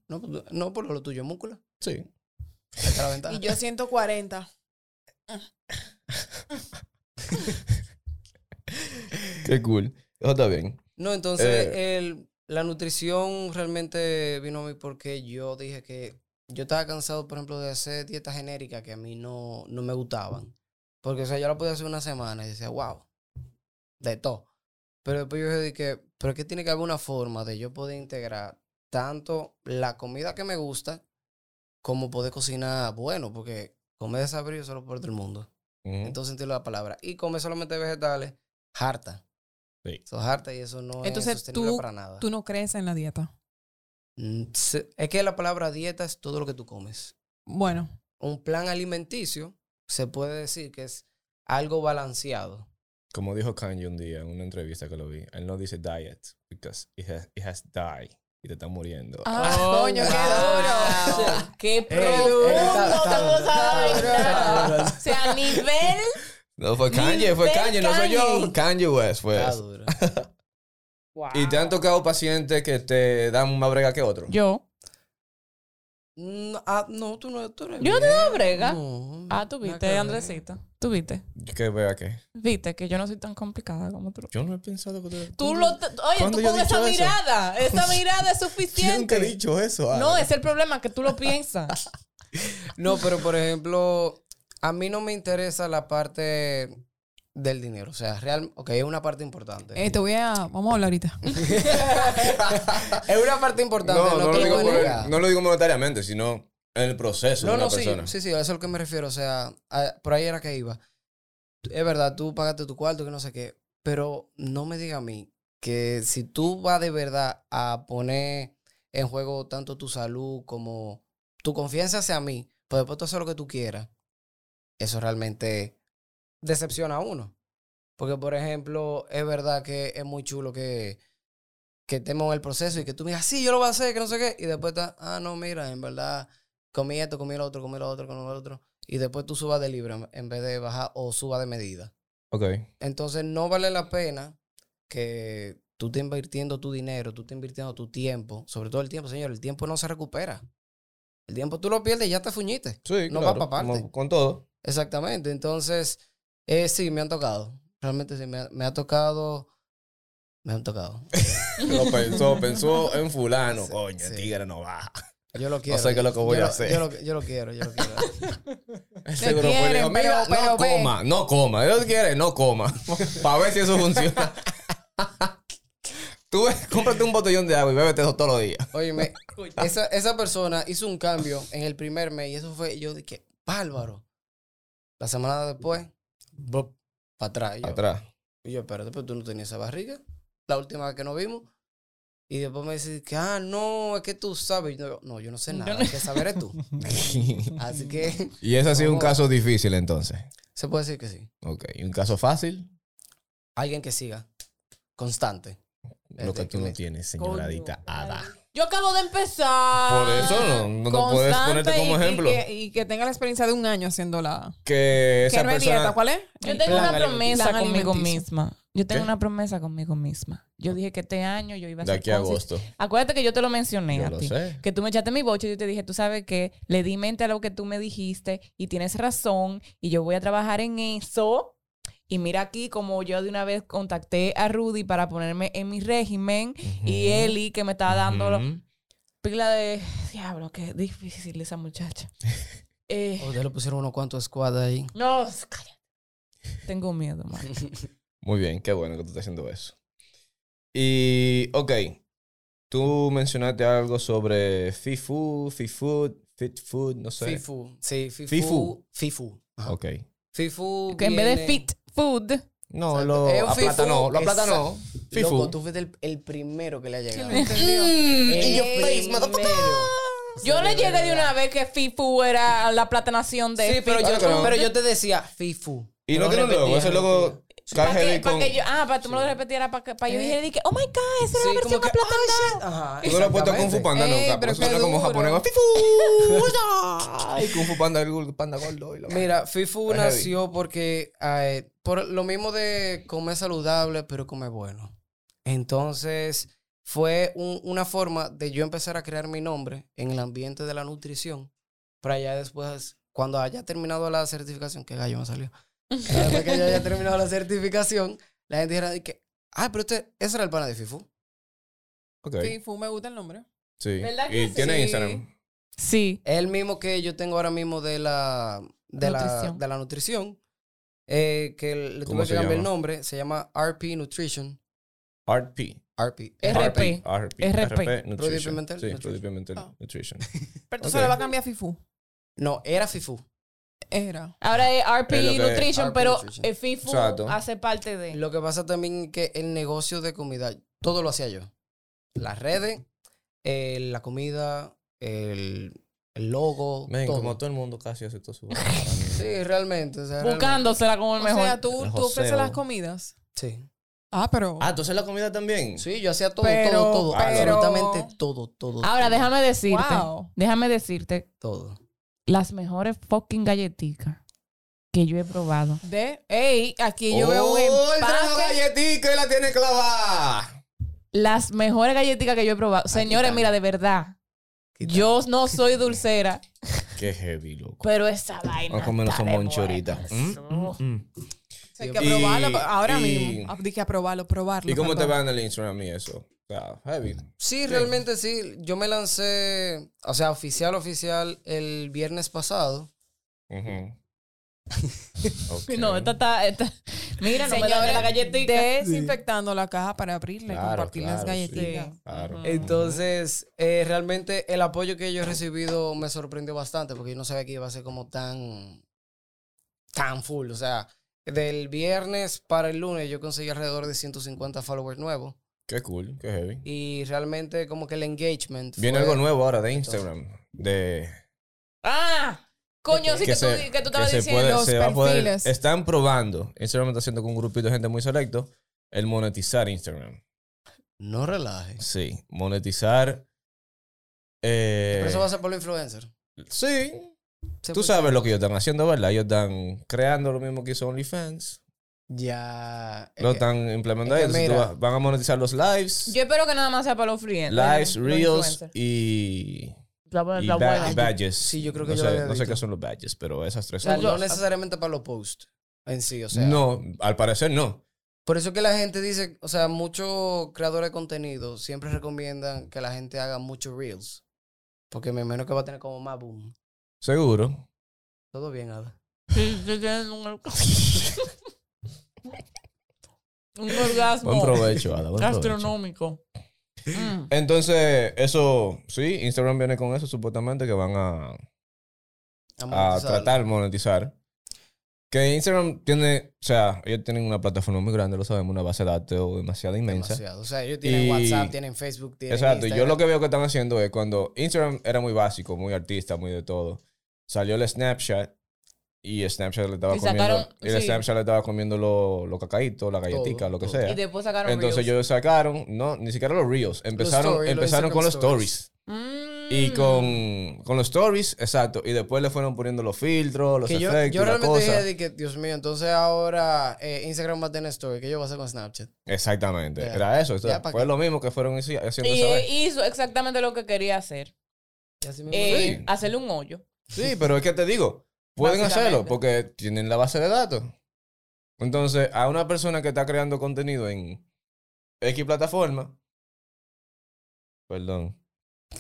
No, pues tú- no por lo tuyo, músculo. Sí. Esa es la ventaja. Y yo 140. Qué cool. Eso está bien. No, entonces Eh. el- la nutrición realmente vino a mí porque yo dije que yo estaba cansado, por ejemplo, de hacer dietas genéricas que a mí no, no me gustaban. Porque, o sea, yo la podía hacer una semana y decía, wow, de todo. Pero después yo dije, pero es que tiene que haber una forma de yo poder integrar tanto la comida que me gusta como poder cocinar bueno, porque comer desabrido solo por el mundo. Ujú. En todo sentido de la palabra. Y comer solamente vegetales, harta. Sí. Eso es harta y eso no Entonces, es sostenible tú- para nada. Tú no crees en la dieta. Mm, se- Es que la palabra dieta es todo lo que tú comes. Bueno, Un plan alimenticio se puede decir que es algo balanceado. Como dijo Kanye un día en una entrevista que lo vi, él no dice diet because it has, it has die y te está muriendo. Ah, Oh, coño, wow. qué duro. Qué Ey, ey, está- profundo está estamos duro, está duro, está hablando. duro. O sea, a nivel... No fue Kanye, fue Ni Kanye, no soy Kanye. yo. Kanye West fue. Está eso. duro. Y te han tocado pacientes que te dan más brega que otro. Ah. Yo. No, ah, no, tú no tú eres Yo bien. no brega. No, Ah, tú nada que viste, ver. Andresito. Tú viste. Que vea que. Viste que yo no soy tan complicada como tú. Yo no he pensado que te- Tú lo... Oye, ¿Cuándo tú yo he con dicho esa eso? pues, mirada. Esa mirada es Yo nunca he suficiente. dicho eso. Ale. No, es el problema que tú lo piensas. No, pero por ejemplo, a mí no me interesa la parte del dinero. O sea, real, ok, es una parte importante. Eh, te voy a. Vamos a hablar ahorita. es una parte importante. no, no, te lo digo voy a por el- negar. no lo digo monetariamente, sino en el proceso No, de una no, sí, persona. sí, sí, a eso es lo que me refiero. O sea, a- por ahí era que iba. Es verdad, tú pagaste tu cuarto, que no sé qué. Pero no me diga a mí que si tú vas de verdad a poner en juego tanto tu salud como tu confianza hacia mí, pues después tú haces lo que tú quieras. Eso realmente decepciona a uno. Porque, por ejemplo, es verdad que es muy chulo que, que estemos en el proceso y que tú me digas, sí, yo lo voy a hacer, que no sé qué. Y después está, ah, no, mira, en verdad comí esto, comí lo otro, comí lo otro, comí lo otro. Y después tú subas de libra en- en vez de bajar o suba de medida. Ok. Entonces no vale la pena que tú estés invirtiendo tu dinero, tú estés invirtiendo tu tiempo, sobre todo el tiempo, señor. El tiempo no se recupera. El tiempo tú lo pierdes y ya te fuñiste. Sí, No claro, va pa' parte. como Con todo. Exactamente. Entonces, eh, sí, me han tocado. Realmente sí, me, ha- me ha tocado. Me han tocado. Lo pensó, pensó en fulano. Sí, Coño, sí. tigre no baja. Yo lo quiero. sé qué es lo que voy Yo a hacer. Yo lo, yo lo quiero, yo lo quiero. Seguro fue, le dijo, quieren, "Mira, pero- no pero ve". coma, no coma. Él quiere, no coma. Para ver si eso funciona. Tú ve, cómprate un botellón de agua y bébete eso todos los días. Óyeme, esa, esa persona hizo un cambio en el primer mes y eso fue, yo dije, bárbaro. La semana después, para atrás. Y yo, Atrás. y yo, espérate, pero tú no tenías esa barriga. La última vez que nos vimos. Y después me dice que, ah, no, es que tú sabes. Y yo, no, yo no sé Yo nada. no- El que saber es tú. Así que y ese ha sido un Oh. caso difícil entonces. se puede decir que sí. Ok. ¿Y un caso fácil? Alguien que siga. Constante. Lo que tú no tienes, Coño, señoradita Ada. Yo acabo de empezar. Por eso no- no te puedes Constante ponerte como y- y ejemplo. que- Y, que tenga la experiencia de un año haciendo la. Que Que esa no es persona. dieta, ¿cuál es? Yo El tengo plan una promesa plan conmigo alimenticio. misma. Yo tengo ¿Qué? una promesa conmigo misma. Yo dije que este año yo iba a de ser aquí a consist- agosto. Acuérdate que yo te lo mencioné Yo a lo ti. sé. Que tú me echaste mi boche y yo te dije, tú sabes que le di mente a lo que tú me dijiste y tienes razón y yo voy a trabajar en eso. Y mira aquí como yo de una vez contacté a Rudy para ponerme en mi régimen y Ujú. Eli que me estaba dando la Ujú. pila de... Diablo, qué difícil esa muchacha. Eh, Ustedes le pusieron unos cuantos squads ahí. no, cállate. Tengo miedo, man. Muy bien, qué bueno que tú estás haciendo eso. Y, ok, tú mencionaste algo sobre FIFU, FIFOOD, FitFood, no sé. Fifu. Sí, Fifu. Fifu. Fifu. Ajá. Ok. Fifu. Que en vez de viene- fit food, No, Exacto. lo Es un aplatanó, FIFU, lo aplatanó. Loco, tú FIFU. fuiste el, el primero que le ha llegado. Mm. Eh, In your face, motherfucker. yo le llegué de una vez que FIFU era la platanación de Sí, pero Claro yo, que no. pero yo te decía Fifu. Y no Lo tiene un logo, repetía, ese logo repetía. Carl Pa' que- Heavy pa' con... que yo- ah, para tú me lo repetieras para que pa' yo Eh. dije, dije, oh my god, esa era Sí, la como versión que, aplatanada. Ajá, Tú no lo has puesto Kung Fu exactamente. Panda Ey, nunca, pero porque suena qué como duro. japonés. FIFU. Ay, Kung Fu Panda, el gul- panda gordo. y la- Mira, Fifu Está heavy. nació porque eh, por lo mismo de comer saludable, pero comer bueno. Entonces, fue un- una forma de yo empezar a crear mi nombre en el ambiente de la nutrición. Para ya después, cuando haya terminado la certificación, que gallo me salió. Después que yo haya terminado la certificación, la gente dirá de que, ah, pero este, ese era el pana de Fifu. Ok, Fifu, me gusta el nombre. sí. ¿Verdad que Y tiene sí? Instagram. Sí. El mismo que yo tengo ahora mismo de la, de la, Nutrición. de la nutrición. eh, que le ¿Cómo tuve se que cambiar el llama? nombre. Se llama RP Nutrition. RP. RP. R- RP. RP. RP. Nutrition. Rudy Pimentel Sí, Nutrition. Rudy Pimentel Ah. Nutrition. Pero tú Ok. se lo vas a cambiar a Fifu. No, era FIFU. Era. Ahora es RP Es lo que es, Nutrition, RP pero Nutrition. eh, FIFU Exacto. hace parte de. Lo que pasa también es que el negocio de comida, todo lo hacía yo. Las redes, eh, la comida, el, el logo, Men, todo. como todo el mundo casi hace todo su. Sí, realmente. o sea, Buscándosela como el O mejor. sea, tú, El tú ofreces joseo. las comidas. realmente. Ah, pero. ah, entonces la comida también. Sí. Sí, yo hacía todo, Pero- todo, todo. pero- Absolutamente todo, todo. Ahora, todo, déjame decirte. Wow. Déjame decirte Todo. las mejores fucking galletitas que yo he probado. De. Ey, aquí yo veo un ¡Oh, él trajo empaque. galletica y la tiene clavada! Las mejores galletitas que yo he probado. Señores, está. mira, de verdad. Quita. Yo no soy dulcera, Qué heavy, loco. pero esa vaina. Vamos a comernos está un de moncho ahorita. buenas. Mm, mm, mm. O sea, Hay que Y- aprobarlo ahora y- mismo. Ah, Dije aprobarlo, probarlo. ¿Y cómo te perdón. va en el Instagram y eso? O sea, heavy. Sí, realmente sí. Yo me lancé, o sea, oficial, oficial, el viernes pasado. Ujú. Mm-hmm. Ok. No, esta está. esta- Mira, no me da la galletita. Desinfectando la caja para abrirla y Claro, compartir las claro, sí. galletitas. Claro. Entonces, eh, realmente el apoyo que yo he recibido me sorprendió bastante porque yo no sabía que iba a ser como tan, tan full. O sea, del viernes para el lunes yo conseguí alrededor de 150 followers nuevos Qué cool, qué heavy. y realmente como que el engagement... Viene fue- algo nuevo ahora de Instagram. De Ah, coño, sí que, tú, se- que tú que estabas se diciendo. puede- los se va a poder- perfiles. están probando. Instagram está haciendo con un grupito de gente muy selecto el monetizar Instagram. No relajes. Sí, monetizar. eh, Pero eso va a ser por los influencers. sí, Se tú puede- sabes lo que ellos están haciendo, ¿verdad? Ellos están creando lo mismo que hizo OnlyFans. Ya... lo eh, están implementando. es que Entonces tú mira. vas- van a monetizar los lives, Yo espero que nada más sea para los friends. lives, los reels influencers. y, La buena- y la ba- buena. y badges. Sí, yo creo que no yo lo sé, había No sé visto. qué son los badges, pero esas tres O sea, cosas. no necesariamente para los posts en sí, o sea. no, al parecer no. Por eso que la gente dice, o sea, muchos creadores de contenido siempre recomiendan que la gente haga muchos reels. Porque me imagino que va a tener como más boom. Seguro. Todo bien, Ada. Sí, sí, sí, un or- Un Buen orgasmo provecho, Ada. buen provecho. gastronómico. Mm. Entonces, eso, sí, Instagram viene con eso, supuestamente, que van a, A a monetizarlo. tratar Ah, de monetizar. Que Instagram tiene, o sea, ellos tienen una plataforma muy grande, lo sabemos, una base de datos demasiado inmensa. Demasiado. O sea, ellos tienen Y- WhatsApp, tienen Facebook, tienen Exacto, yo Instagram. lo que veo que están haciendo es cuando Instagram era muy básico, muy artista, muy de todo. Salió el Snapchat Y Snapchat le estaba Y comiendo. sacaron- y el sí. Snapchat le estaba comiendo los los cacaitos, las galletitas, lo que todo. sea. Y después sacaron Entonces Reels. ellos sacaron, no, ni siquiera los reels. Empezaron, stories, los empezaron con los Instagram stories. Mm. Y con, con los stories, exacto. Y después le fueron poniendo los filtros, los Que yo, efectos, yo la realmente cosa. dije de que, Dios mío, entonces ahora eh, Instagram va a tener story. ¿Qué yo voy a hacer con Snapchat? Exactamente. Ya. Era eso. esto- Ya, ¿pa' fue qué? lo mismo que fueron hici- haciendo Y esa vez. hizo exactamente lo que quería hacer. Y así mismo. Eh, Mm, Sí. Hacerle un hoyo. Sí, pero es que te digo, pueden Básicamente. hacerlo porque tienen la base de datos. Entonces, a una persona que está creando contenido en X plataforma, perdón,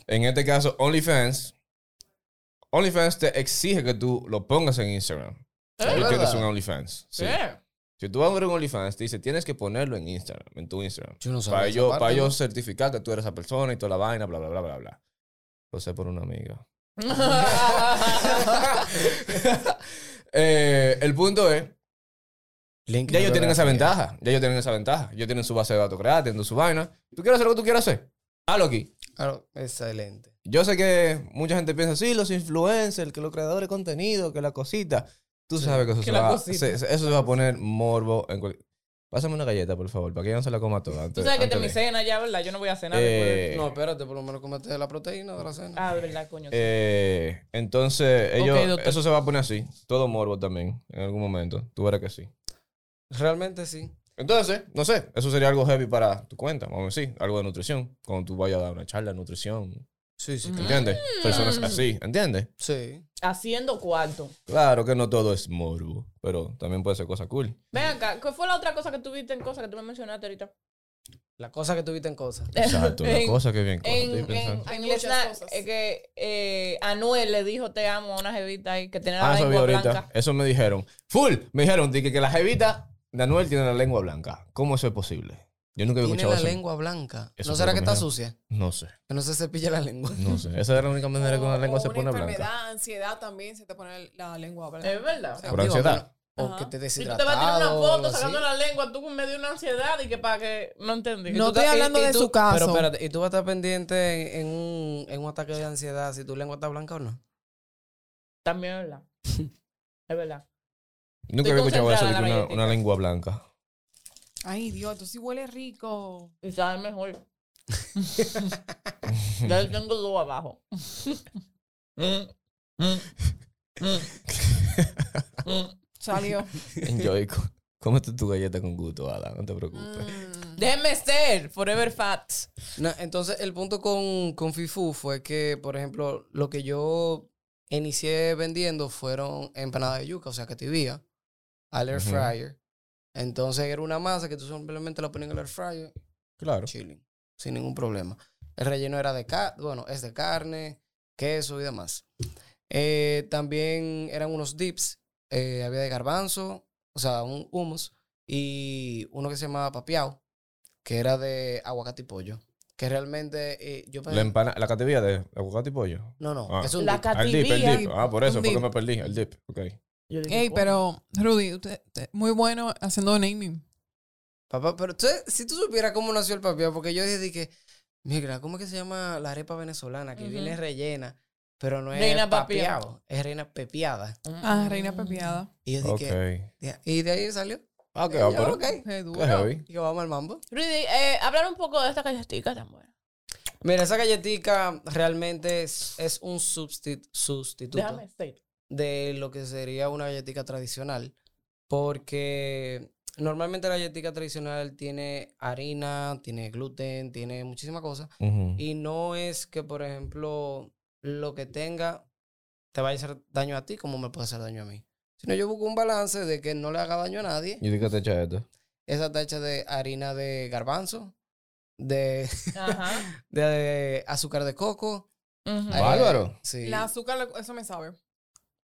en este caso OnlyFans, OnlyFans te exige que tú lo pongas en Instagram. ¿Eh? Tú tienes ¿Verdad? un OnlyFans. Sí. Eh. Si tú vas a abrir un OnlyFans, te dice, tienes que ponerlo en Instagram, en tu Instagram. Yo no sabía Para esa yo, parte, para yo ¿no? certificar que tú eres esa persona y toda la vaina, bla, bla, bla, bla, bla. Lo sé por una amiga. Eh, el punto es, Link ya no ellos tienen lo esa veía. ventaja, ya ellos tienen esa ventaja, ellos tienen su base de datos creada, tienen su vaina. Tú quieres hacer lo que tú quieras hacer, hazlo aquí. Claro, excelente. Yo sé que mucha gente piensa, sí, los influencers, que los creadores de contenido, que la cosita. Tú sabes que eso, Que se la va, cosita. se- se- eso se va a poner morbo. En cual- Pásame una galleta, por favor, para que yo no se la coma toda. Tú antes- sabes que esta antes es mi de- cena ya, ¿verdad? Yo no voy a cenar después. Eh, No, espérate, por lo menos comete la proteína de la cena. Ah, de verdad, coño. sí. eh, entonces, ellos, Ok, doctor. eso se va a poner así. Todo morbo también, en algún momento. Tú verás que sí. Realmente sí. Entonces, no sé, eso sería algo heavy para tu cuenta, vamos a decir, algo de nutrición. Cuando tú vayas a dar una charla de nutrición, Sí, sí. claro. ¿entiendes? Mm. Personas así, ¿entiendes? Sí. Haciendo cuarto. Claro que no todo es morbo, pero también puede ser cosa cool. Ven acá, ¿cuál fue la otra cosa que tuviste en cosa que tú me mencionaste ahorita? La cosa que tuviste en cosas. Exacto, una En- cosa que bien cosa, En, estoy en, pensando. Hay en muchas Lesnar, cosas. eh, que eh, Anuel le dijo te amo a una jevita ahí que tenía la Ah, eso vi lengua ahorita, blanca. eso me dijeron. Full, me dijeron de que, que la jevita de Anuel tiene la lengua blanca. ¿Cómo eso es posible? Yo nunca había Tiene escuchado la eso. lengua blanca. Eso ¿No fue será lo que que está me dijeron. sucia? No sé, Que no se cepilla la lengua. no sé. Esa es la única manera que una O- lengua o se pone una blanca. enfermedad, ansiedad también se te pone la lengua blanca. Es verdad. Por Digo, ansiedad. que no- O Ajá. que te Si tú deshidratado. te vas a tirar una algo foto así. sacando la lengua, tú me dio una ansiedad y que para que no entendí. No Y tú estoy ta- y- hablando y de tú- su caso. Pero espérate, ¿y tú vas a estar pendiente en, en un, en un ataque de ansiedad si tu lengua está blanca o no? También es verdad. es verdad. Nunca Estoy había escuchado eso, concentrada de que en la una, galletita. una lengua blanca. Ay, Dios, tú sí hueles rico. Y sabe mejor. ya yo tengo dos abajo. Mm, mm, mm, mm. Salió. Enjoy. co- Cómete tu galleta con gusto, Ada. No te preocupes. Mm. Déjeme ser Forever Fat. No, entonces, el punto con, con Fifu fue que, por ejemplo, lo que yo inicié vendiendo fueron empanadas de yuca, o sea, que tibia, al air Ujú. fryer. Entonces, era una masa que tú simplemente la ponías en el air fryer, Claro. chilling, sin ningún problema. El relleno era de carne, bueno, es de carne, queso y demás. Eh, también eran unos dips, eh, había de garbanzo, o sea, un hummus, y uno que se llamaba papiao, que era de aguacate y pollo. Que realmente eh, yo La, pues. empana, la categoría de aguacate y pollo. No, no, Ah. es un La dip. el dip, el dip. cativía. Ah, por eso, Un porque dip. me perdí. El dip, ok. Ey, pero Rudy, usted, usted muy bueno haciendo naming. Papá, pero tú- si tú supieras cómo nació el papiao, porque yo dije que, mira, ¿cómo es que se llama la arepa venezolana? Que Ujú. viene rellena, pero no es Reina papiao. Mm. papiao, es reina pepiada. Ah, reina pepiada. Y yo dije Ok. que, Ya, Y de ahí salió. Ah, ok, Y ah, yo, pero. ok. Qué duro. Qué heavy. Y yo, vamos al mambo. Rudy, eh, hablar un poco de esta galletita tan buena. Mira, esa galletica realmente es, es un substit- sustituto Déjame ser. de lo que sería una galletica tradicional. Porque normalmente la galletica tradicional tiene harina, tiene gluten, tiene muchísimas cosas. Ujú. Y no es que, por ejemplo, lo que tenga te vaya a hacer daño a ti como me puede hacer daño a mí. Sino yo busco un balance de que no le haga daño a nadie. ¿Y de qué te echa esto? Esa está hecha de harina de garbanzo, de, Ajá. de azúcar de coco. Ujú. eh, Bárbaro. sí. La azúcar, lo- eso me sabe.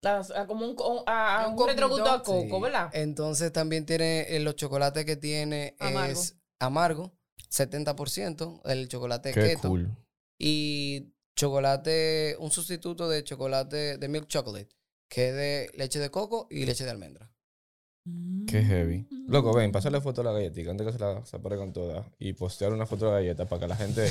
La- la- como un, co- a- a Un un retrogusto a Sí. coco, ¿verdad? Entonces también tiene eh, los chocolates que tiene Amargo. es amargo, 70%, el chocolate Qué keto cool. y chocolate, un sustituto de chocolate de milk chocolate, que es de leche de coco y leche de almendra. Mm. Qué heavy. Loco, ven, pásale foto a la galletita antes que se la se aparezcan todas. Y postear una foto de la galleta para que la gente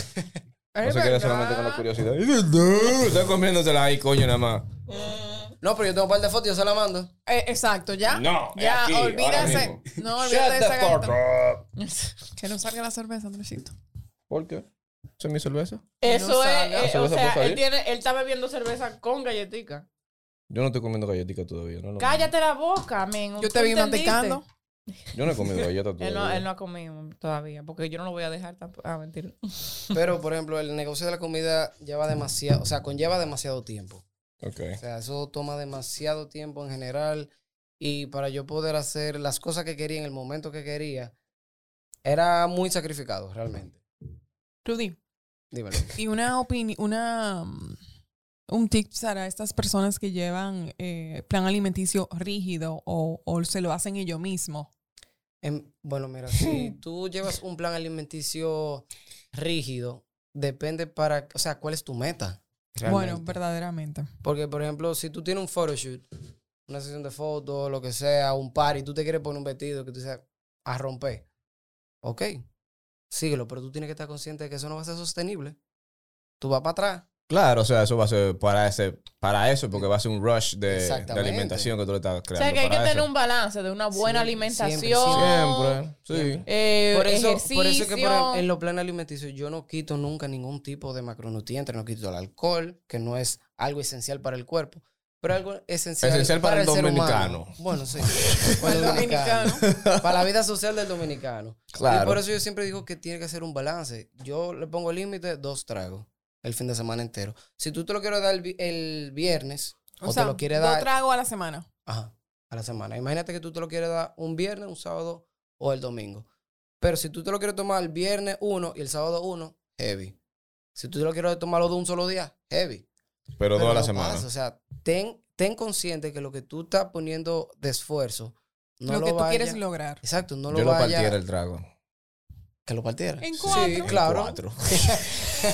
no se quede solamente con la curiosidad. Está comiéndosela ahí, coño, nada más. Mm. No, pero yo tengo un par de fotos y yo se la mando. Eh, exacto, ya. No, es ya, aquí, ahora olvídase. mismo. No, Shut olvídate de esa the fuck gata. up. Que no salga la cerveza, Andresito. ¿Por qué? ¿Esa es mi cerveza? Que no Eso salga. es, eh, ¿Cerveza o sea, puede salir? él, tiene, él está bebiendo cerveza con galletica. Yo no estoy comiendo galletica todavía. No lo- Cállate la boca, men. ¿Tú Yo te vi entendiste? mantecando. Yo no he comido galleta todavía. Él no, él no ha comido todavía, porque yo no lo voy a dejar tampoco. Ah, mentira. Pero, por ejemplo, el negocio de la comida lleva demasiado, o sea, conlleva demasiado tiempo. Ok. O sea, eso toma demasiado tiempo en general. Y para yo poder hacer las cosas que quería en el momento que quería, era muy sacrificado, realmente. Rudy, Dímelo. y una opinión, una mm, un tip para estas personas que llevan eh, plan alimenticio rígido o, o se lo hacen ellos mismos. Em, bueno, mira, si tú llevas un plan alimenticio rígido, depende para, o sea, cuál es tu meta. Bueno, realmente. verdaderamente. Porque, por ejemplo, si tú tienes un photoshoot, una sesión de fotos, lo que sea, un party, tú te quieres poner un vestido que tú dices a romper. Ok, síguelo, pero tú tienes que estar consciente de que eso no va a ser sostenible. Tú vas para atrás. Claro, o sea, eso va a ser para, ese, para eso, porque va a ser un rush de, de Exactamente. alimentación que tú le estás O creando. sea, que hay que para tener eso. un balance de una buena Siempre, siempre, alimentación. Siempre, sí. eh, Por eso, ejercicio. por eso es que por ejemplo, en los planes alimenticios yo no quito nunca ningún tipo de macronutriente, no quito el alcohol, que no es algo esencial para el cuerpo, pero algo esencial, Esencial para el ser dominicano. humano. Bueno, sí. Para el dominicano. para la vida social del dominicano. Claro. Y por eso yo siempre digo que tiene que ser un balance. Yo le pongo límite dos tragos el fin de semana entero. Si tú te lo quieres dar el, vi- el viernes o, te lo quieres dos dar tragos a la semana. Ajá, a la semana. Imagínate que tú te lo quieres dar un viernes, un sábado o el domingo. Pero si tú te lo quieres tomar el viernes 1 y el sábado 1, heavy. Si tú te lo quieres tomar los de un solo día, heavy. Pero, dos a la no semana. pasa, O sea, ten, ten consciente que lo que tú estás poniendo de esfuerzo, no lo, lo que tú vaya- quieres lograr. Exacto, no lo Yo lo vaya- partiera el trago. Que lo partiera. En cuatro. Sí, En claro. Cuatro.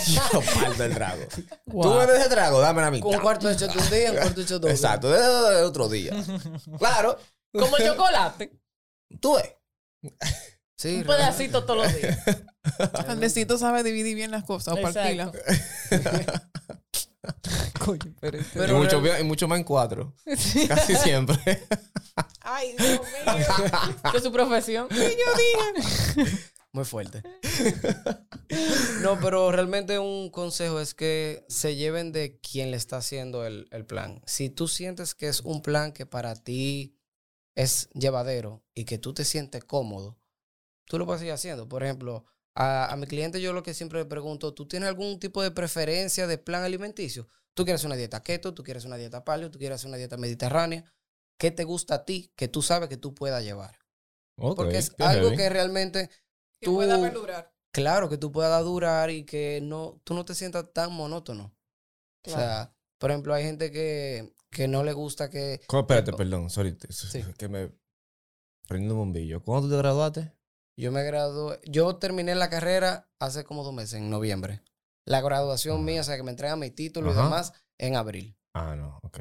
Yo parto el trago. Tú bebes ese trago, dame la mitad. Un cuarto hecho de un día, un cuarto hecho de otro. Exacto, de- de- de otro día. claro, Como el chocolate. tú ves. Sí, Un pedacito todos los días. Andresito sabe dividir bien las cosas o Exacto. partirlas. y, este mucho, bien- y mucho más en cuatro. Casi siempre. Ay, Dios mío. Que es su profesión. Muy fuerte. no, pero realmente un consejo es que se lleven de quien le está haciendo el, el plan. Si tú sientes que es un plan que para ti es llevadero y que tú te sientes cómodo, tú lo vas a seguir haciendo. Por ejemplo, a, a mi cliente yo lo que siempre le pregunto, ¿tú tienes algún tipo de preferencia de plan alimenticio? ¿Tú quieres una dieta keto? ¿Tú quieres una dieta paleo? ¿Tú quieres una dieta mediterránea? ¿Qué te gusta a ti que tú sabes que tú puedas llevar? Porque es algo que realmente Que Tú- pueda perdurar. Claro, que tú puedas durar y que no, tú no te sientas tan monótono. O sea, por ejemplo, hay gente que, que no le gusta que... Co- Espérate, perdón, sorry. te- Que me. Prendí un bombillo. ¿Cuándo tú te graduaste? Yo me gradué, yo terminé la carrera hace como dos meses, en noviembre. La graduación mía, o sea, que me entregan mi título Mm. Ajá. y demás en abril. Ah, no, ok.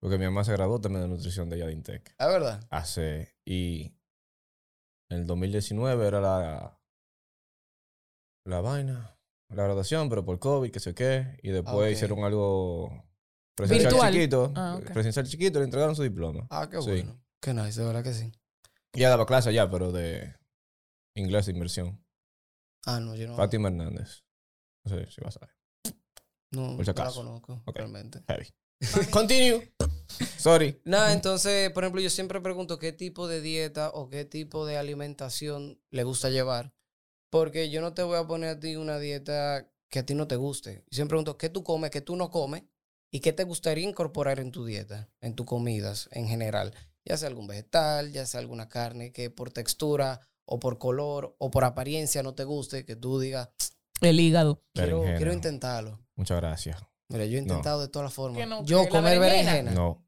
Porque mi mamá se graduó también de nutrición de Yadintec. ¿Es verdad? hace y en el 2019 era la la vaina la graduación pero por covid que sé qué y después ok. hicieron algo presencial Virtual. chiquito Ah, ok. presencial chiquito le entregaron su diploma Ah, qué Sí. bueno. Qué nice, de verdad que sí. ya daba clase allá pero de inglés de inversión Ah, no, yo no, Fátima Hernández no sé si vas a ver no, por si no la acaso. conozco Ok. realmente. heavy continue sorry Nada, entonces, por ejemplo, yo siempre pregunto qué tipo de dieta o qué tipo de alimentación le gusta llevar. Porque yo no te voy a poner a ti una dieta que a ti no te guste. Yo siempre pregunto qué tú comes, qué tú no comes y qué te gustaría incorporar en tu dieta, en tus comidas en general. Ya sea algún vegetal, ya sea alguna carne que por textura o por color o por apariencia no te guste, que tú digas, El hígado. quiero, Berenjena. quiero intentarlo. muchas gracias Mira, yo he No. intentado de todas las formas. Que no, yo que la comer berenjena. berenjena. no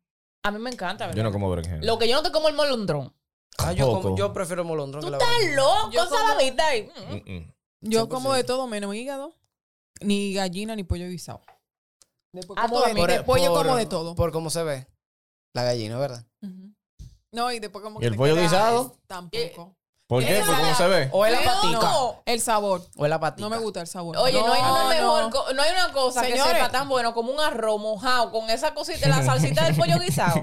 A mí me encanta, ¿verdad? yo no como berenjena Lo que yo no te como el molondrón. Ah, yo, como- Tampoco. yo prefiero el molondrón. Tú que la estás berenjena. loco, Yo como- salamita ahí. Mm. Mm, mm. Yo como de 100%. todo menos hígado, ni gallina, ni pollo guisado. Después Ah, como tú a de, mí de te- pollo por- como de todo. Por cómo se ve. La gallina, ¿verdad? Ujú. No, y después como ¿Y el te pollo queda- Eh, guisado? Tampoco. ¿Por qué? ¿Por cómo se ve? O es la Creo patica. no, el sabor. O es la patica. No me gusta el sabor. Oye, no, hay No, una no. mejor, co- no hay una cosa que Señores. sepa tan bueno como un arroz mojado con esa cosita, la salsita del pollo guisado.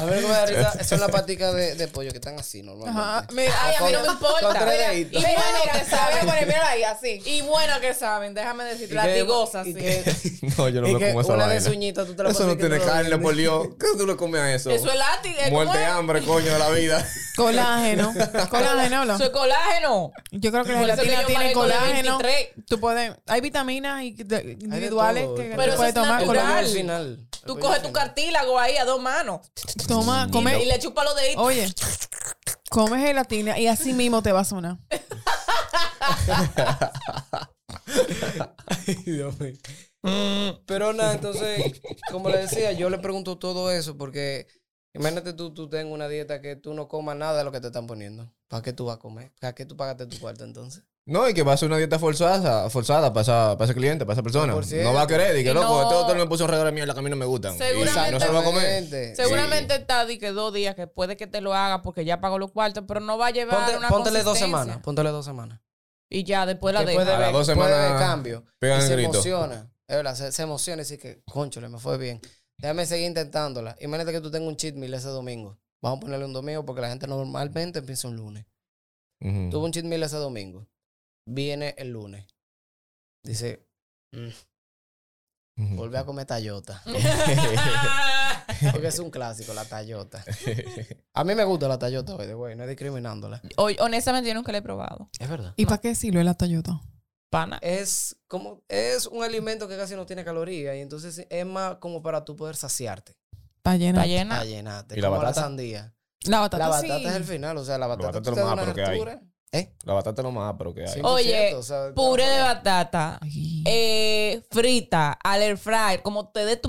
A ver, me da risa. Son las paticas de, de pollo que están así normalmente. Ajá. Me- Ay, a mí no me Con- importa. con tres Mira, y deditos. bueno que saben, bueno, mira ahí, así. Y bueno que saben, déjame decirte, Y que- latigosa, y sí. que- No, yo no y me que como esa una vaina. de suñita tú te la Eso pasas no y que tiene tú lo carne, vendes. por Dios. ¿Qué tú le comes a eso? Eso es látigo. ¿eh? ¿cómo Muerte, es? hambre, coño, de la vida. Colágeno. Colágeno, habla. Eso es colágeno. Yo creo que la Por eso que gelatina yo tiene parezco de colágeno. 23. Tú puedes, hay vitaminas y- de- individuales todo, que hay tú de todo. puedes tomar. Pero eso es colágeno. natural. original. Tú coges tu cartílago ahí a dos manos Toma, y, come. y le chupas los deditos. Oye, come gelatina y así mismo te va a sonar. Ay, Dios mío. Pero nada, entonces, como le decía, yo le pregunto todo eso porque imagínate tú, tú tengas una dieta que tú no comas nada de lo que te están poniendo. ¿Para qué tú vas a comer? ¿Para qué tú pagaste tu cuarto entonces? No, y que va a ser una dieta forzada, forzada para, esa- para ese cliente, para esa persona. Por cierto. No va a querer, y que Y loco, no- este doctor me puso un regalo de mierda que a mí no me gustan. Seguramente- Y no se lo va a comer. Exactamente. Seguramente está di que dos días que puede que te lo haga porque ya pagó los cuartos, pero no va a llevar Ponte- una póntele dos consistencia. semanas. Póntele dos semanas. Y ya, después la Que deja. puede A las haber- dos puede haber semanas cambio. pegan Y el se grito. emociona. Es verdad, se, se emociona y dice que, conchole, me fue bien. Déjame seguir intentándola. Imagínate que tú tengas un cheat meal ese domingo. Vamos a ponerle un domingo porque la gente normalmente empieza un lunes. Ujú. Tuvo un cheat meal ese domingo. Viene el lunes. Dice, Ujú. volví a comer Tayota. Porque es un clásico, la Tayota. A mí me gusta la Tayota, by the way, no es discriminándola. Oye, honestamente, yo nunca la he probado. Es verdad. ¿Y para qué sirve la Toyota? Pana. Eh, Es como, es un alimento que casi no tiene calorías y entonces es más como para tú poder saciarte. Está llena. Está llena. A llenarte. ¿Y la como batata? sandía. La batata, La batata sí. es el final, o sea, la batata, batata tú es te lo das más una apro que hay. hartura. ¿Eh? La batata es lo más apro que hay. 100%, Oye, o sea, Puré de claro. batata. Ay. Eh, frita, al air fryer, como te dé tu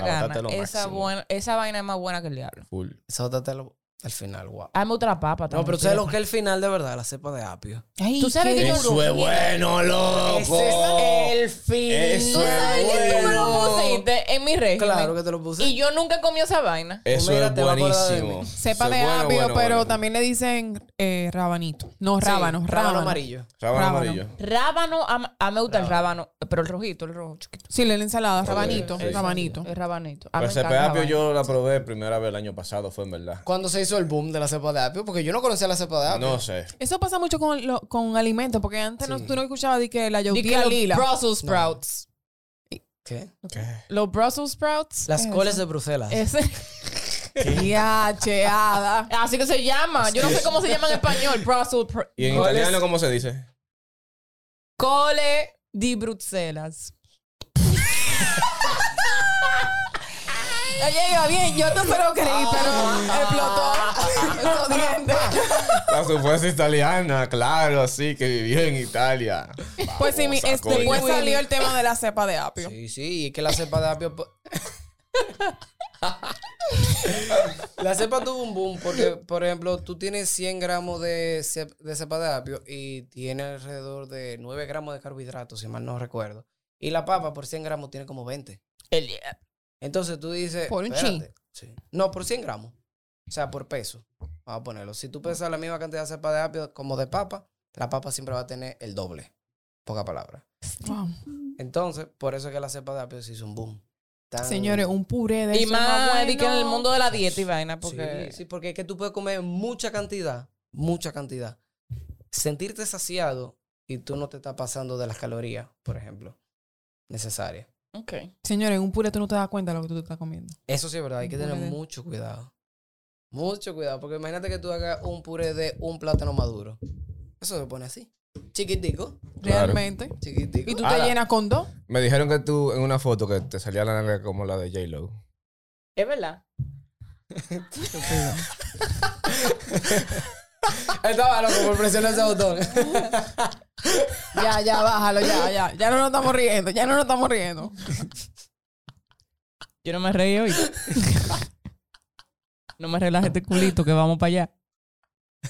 la batata gana. es lo Esa, máximo. buena- esa vaina es más buena que el diablo. Full. Esa batata es lo- al final, guau. Ah, me gusta la papa también. No, pero ¿sabes lo que es el final de verdad? La cepa de apio. Ay, Tú sabes qué- que yo- Eso es bueno, loco. Ese es el final. Eso ¿Tú sabes que tú me lo Bueno. pusiste en mi régimen? Claro que te lo puse. Y yo nunca comí esa vaina. Eso Mira, es te va a acordar de mí. buenísimo. Eso Cepa es de bueno, apio, bueno, pero bueno. también le dicen eh, rabanito. No, rábano, Sí, rábano. amarillo. Rábano Rábano. amarillo. Rábano, a, a mí me gusta el rábano, pero el rojito, el rojo chiquito. Sí, le la ensalada, rabanito, sí, sí. rabanito. El rabanito. A Pero mí me Pues ese encanta el apio rábano. yo la probé primera vez el año pasado, fue en verdad. Cuando se hizo el boom de la cepa de apio, porque yo no conocía la cepa de apio. No sé. Eso pasa mucho con, lo- con alimentos, porque antes no, tú no escuchabas de que la Di que yautía los lila. Brussels sprouts. ¿Qué? Los Brussels sprouts. Las Eso. coles de Bruselas. Ese. Ya, cheada. Así que se llama. Yo no sé cómo se llama en español. Brussels. pr- ¿Y en ¿Cuál es? italiano cómo se dice? Cole di Bruselas. Oye, iba bien, yo te lo creí, pero explotó esos dientes. La supuesta italiana, claro, así que vivió en Italia. Pues sí, mi, Babosa, este, coño. después salió el tema de la cepa de apio. Sí, sí, y es que la cepa de apio. pues, po- la cepa tuvo un boom porque, por ejemplo, tú tienes 100 gramos de, cep- de cepa de apio y tiene alrededor de 9 gramos de carbohidratos, si mal no recuerdo. Y la papa por 100 gramos tiene como 20. El- Entonces tú dices. Por un espérate, sí. No, por 100 gramos. O sea, por peso. Vamos a ponerlo. Si tú pesas la misma cantidad de cepa de apio como de papa, la papa siempre va a tener el doble. Poca palabra. Wow. Entonces, por eso es que la cepa de apio se hizo un boom. Tan- Señores, un puré de Y eso más bueno. di que en el mundo de la dieta y vaina. Sí, Porque. sí, porque es que tú puedes comer mucha cantidad, mucha cantidad. Sentirte saciado y tú no te estás pasando de las calorías, por ejemplo, necesarias. Ok. Señores, un puré tú no te das cuenta de lo que tú te estás comiendo. Eso sí es verdad, hay que Un tener puré de- mucho cuidado. Mucho cuidado, porque imagínate que tú hagas un puré de un plátano maduro. Eso se pone así. Chiquitico, Claro. Realmente. chiquitico. Y tú Ahora- te llenas con dos. Me dijeron que tú en una foto que te salía la nalga como la de J-Lo. Es verdad. Estaba loco por presionar ese botón. Ya, ya, bájalo, ya, ya. Ya no nos estamos riendo, ya no nos estamos riendo. Yo no me reí hoy. no me relajes este culito que vamos para allá.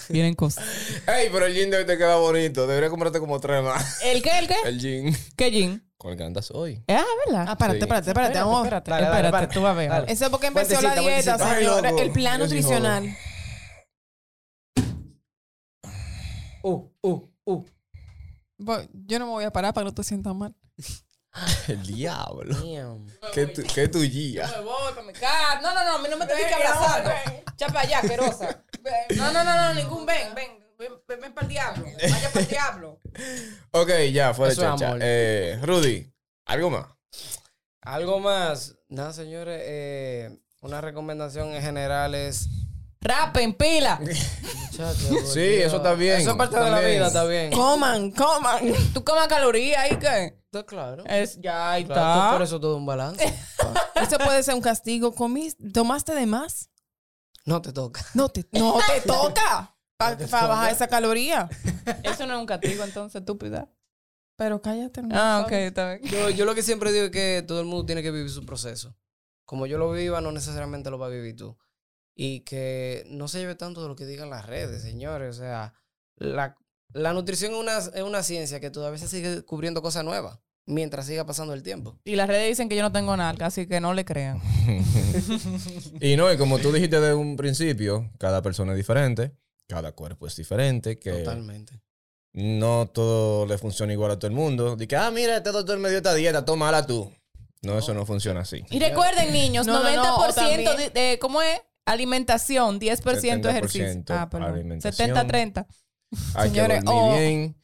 Vienen cosas. Ey, pero el jean de hoy te queda bonito. Debería comprarte como tres más. ¿El qué? ¿El qué? El jean. ¿Qué jean? Con el que andas hoy. Ah, ¿verdad? Ah, espérate, Sí. espérate, espérate, vamos. Espérate, Dale, dale, espérate, dale. tú vas a ver. Dale. Eso es porque empezó Fuentecita, la dieta, fuentecita. Ay, señores. loco. El plan Yo sí nutricional. uh, uh, uh. Voy- Yo no me voy a parar para que no te sientas mal. El diablo. Damn. ¿Qué, tu, qué tullía? Me voy para mi casa. No, no, no, a mí no me tenés que abrazar. Chapa allá, asquerosa. No, no, no, no, ningún ven, ven. Ven, ven, ven para el diablo. Vaya para el diablo. Ok, ya, fuera de Eso es chacha. amor. Eh, Rudy, ¿algo más? Algo más. Nada, señores. eh, una recomendación en general es. Rapen, pila. Muchachos, por Sí, Dios. eso está bien, Eso es parte de la también. vida, está bien. Coman, coman. Tú comas calorías y qué. Está claro. Es, ya ahí Claro, todo- por eso todo un balance. Eso puede ser un castigo. Comis, ¿Tomaste de más? No te toca. No te, no te toca para bajar esa caloría. Eso no es un castigo, entonces, estúpida. Pero cállate. no Ah, ok, sabes. está bien. Yo, yo lo que siempre digo es que todo el mundo tiene que vivir su proceso. Como yo lo viva, no necesariamente lo va a vivir tú. Y que no se lleve tanto de lo que digan las redes, señores. O sea, la, la nutrición es una, es una ciencia que todavía se sigue descubriendo cosas nuevas mientras siga pasando el tiempo. Y las redes dicen que yo no tengo nalga, así que no le crean. Y no, y como tú dijiste desde un principio, cada persona es diferente, cada cuerpo es diferente, que Totalmente. no todo le funciona igual a todo el mundo. De que, ah, mira, este doctor me dio esta dieta, tómala tú. No, eso no funciona así. Y recuerden, niños, No, no, no, 90% o también- de, de- ¿cómo es? Alimentación, 10% ejercicio. 70% Ah, perdón. alimentación. 70-30. Hay Señores, que dormir o- bien,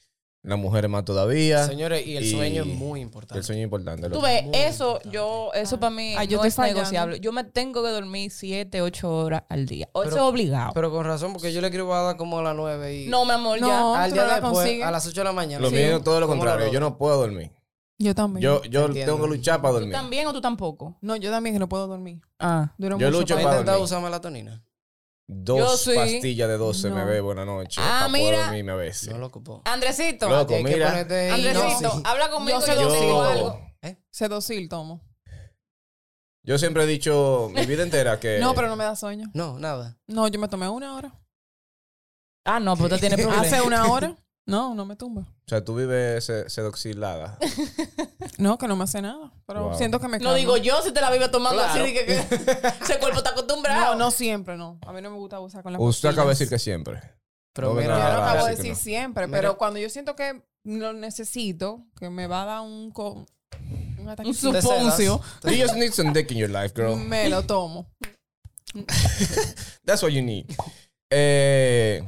las mujeres más todavía. Señores, y el Y- sueño es muy importante. El sueño es importante. Tú loco. ves, Muy eso importante. yo, eso para mí Ah, yo no estoy es fallando. negociable. Yo me tengo que dormir 7, 8 horas al día. O eso es Pero- obligado. Pero con razón, porque yo le escribo a dar como a las 9 y no, mi amor, No, ya. al tú día no la después, consigues. a las 8 de la mañana. Lo Sí. mío es todo lo Como la contrario. loca. Yo no puedo dormir. Yo también. Yo, yo Entiendo. tengo que luchar para Tú dormir. también o tú tampoco. No, yo también que no puedo dormir. Ah. Duro Yo mucho lucho ¿Has para- para intentado dormir. usar melatonina? Yo Dos sí. pastillas de 12 me No. bebo en la noche. Ah, para poder mira. dormirme a veces. No lo ocupó. Andresito. Loco, Tienes que mira. ponerte- Andresito, No, sí. habla conmigo. Yo Yo, se lo te digo digo. algo. Sedosil tomo. Yo siempre he dicho mi vida entera que. No, pero no me da sueño. No, nada. No, yo me tomé una hora. Ah, no, pero usted tiene problemas. Hace una hora. No, no me tumba. O sea, tú vives se- sedoxilada. No, que no me hace nada. Pero Wow. siento que me No calma. digo yo si te la vive tomando Claro. así. dije que, ese cuerpo está acostumbrado. No, no siempre, no. A mí no me gusta abusar con las Usted pastillas. acaba de decir que siempre. Pero No, mira, Yo no nada. Ah, acabo sí que de decir no. siempre, Mira. pero cuando yo siento que lo necesito, que me va a dar un, co- un ataque, Un te cedas. suponcio. You just need some dick in your life, Mm. girl. me lo tomo. That's what you need. Eh,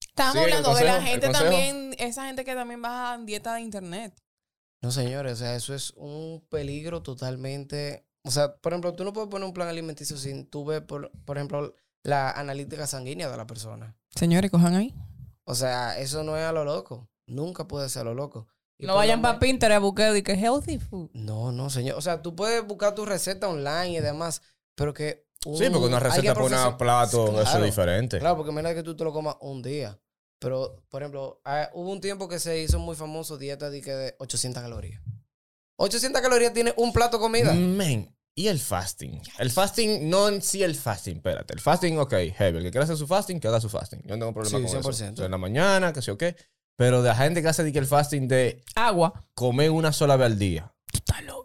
Estamos Sí, el hablando de la consejo, el gente consejo. también, esa gente que también baja dieta de internet. No, señores, o sea, eso es un peligro totalmente. O sea, por ejemplo, tú no puedes poner un plan alimenticio sin tú ver, por, por ejemplo, la analítica sanguínea de la persona. Señores, cojan ahí. O sea, eso no es a lo loco. Nunca puede ser a lo loco. Y No por lo vayan menos- para Pinterest a buscar y que healthy food. No, no, señor. O sea, tú puedes buscar tu receta online y demás, pero que. un- sí, porque una receta alguien por un profesio- plato, eso Claro. es diferente. Claro, porque menos que tú te lo comas un día. Pero, por ejemplo, ah, hubo un tiempo que se hizo muy famoso dieta de, que de 800 calorías. 800 calorías tiene un plato de comida. Mm, Men, y el fasting. El fasting, no en sí el fasting, espérate. El fasting, ok, heavy. El que quiera hacer su fasting, que haga su fasting. Yo no tengo problema Sí, con 100%. eso. O sea, en la mañana, que sé o qué. Pero de la gente que hace de que el fasting de Agua. comer una sola vez al día.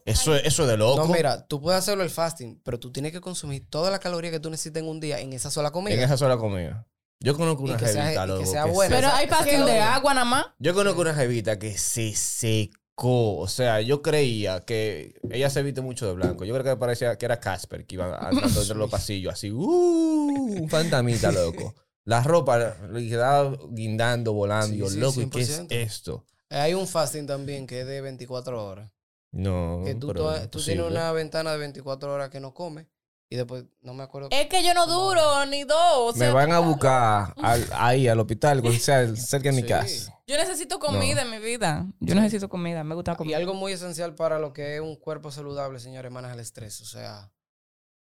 Eso, es- eso es de loco. No, mira, tú puedes hacerlo el fasting, pero tú tienes que consumir toda la caloría que tú necesitas en un día en esa sola comida. en esa sola comida. Yo conozco Y una que sea- jevita, y que loco, sea que se- buena. Pero esa- hay esa paquín de caloría. agua nada más. Yo conozco una jevita que se secó. O sea, yo creía que ella se viste mucho de blanco. Yo creo que parecía que era Casper que iba andando entre los pasillos, así, ¡uh! Un fantamita, loco. La ropa le quedaba guindando, volando. Sí, Yo, sí, loco, ¿y qué es 100%. esto? Hay un fasting también que es de 24 horas. No. que tú, Mm, pero to- tú imposible. tienes una ventana de 24 horas que no comes y después no me acuerdo. Es que yo no duro ni dos. O Me sea, van a buscar al- ahí al hospital, o sea, cerca de mi Sí. casa. Yo necesito comida en mi vida. Yo necesito comida. Me gusta Y comer. algo muy esencial para lo que es un cuerpo saludable, señores, maneja el estrés. O sea,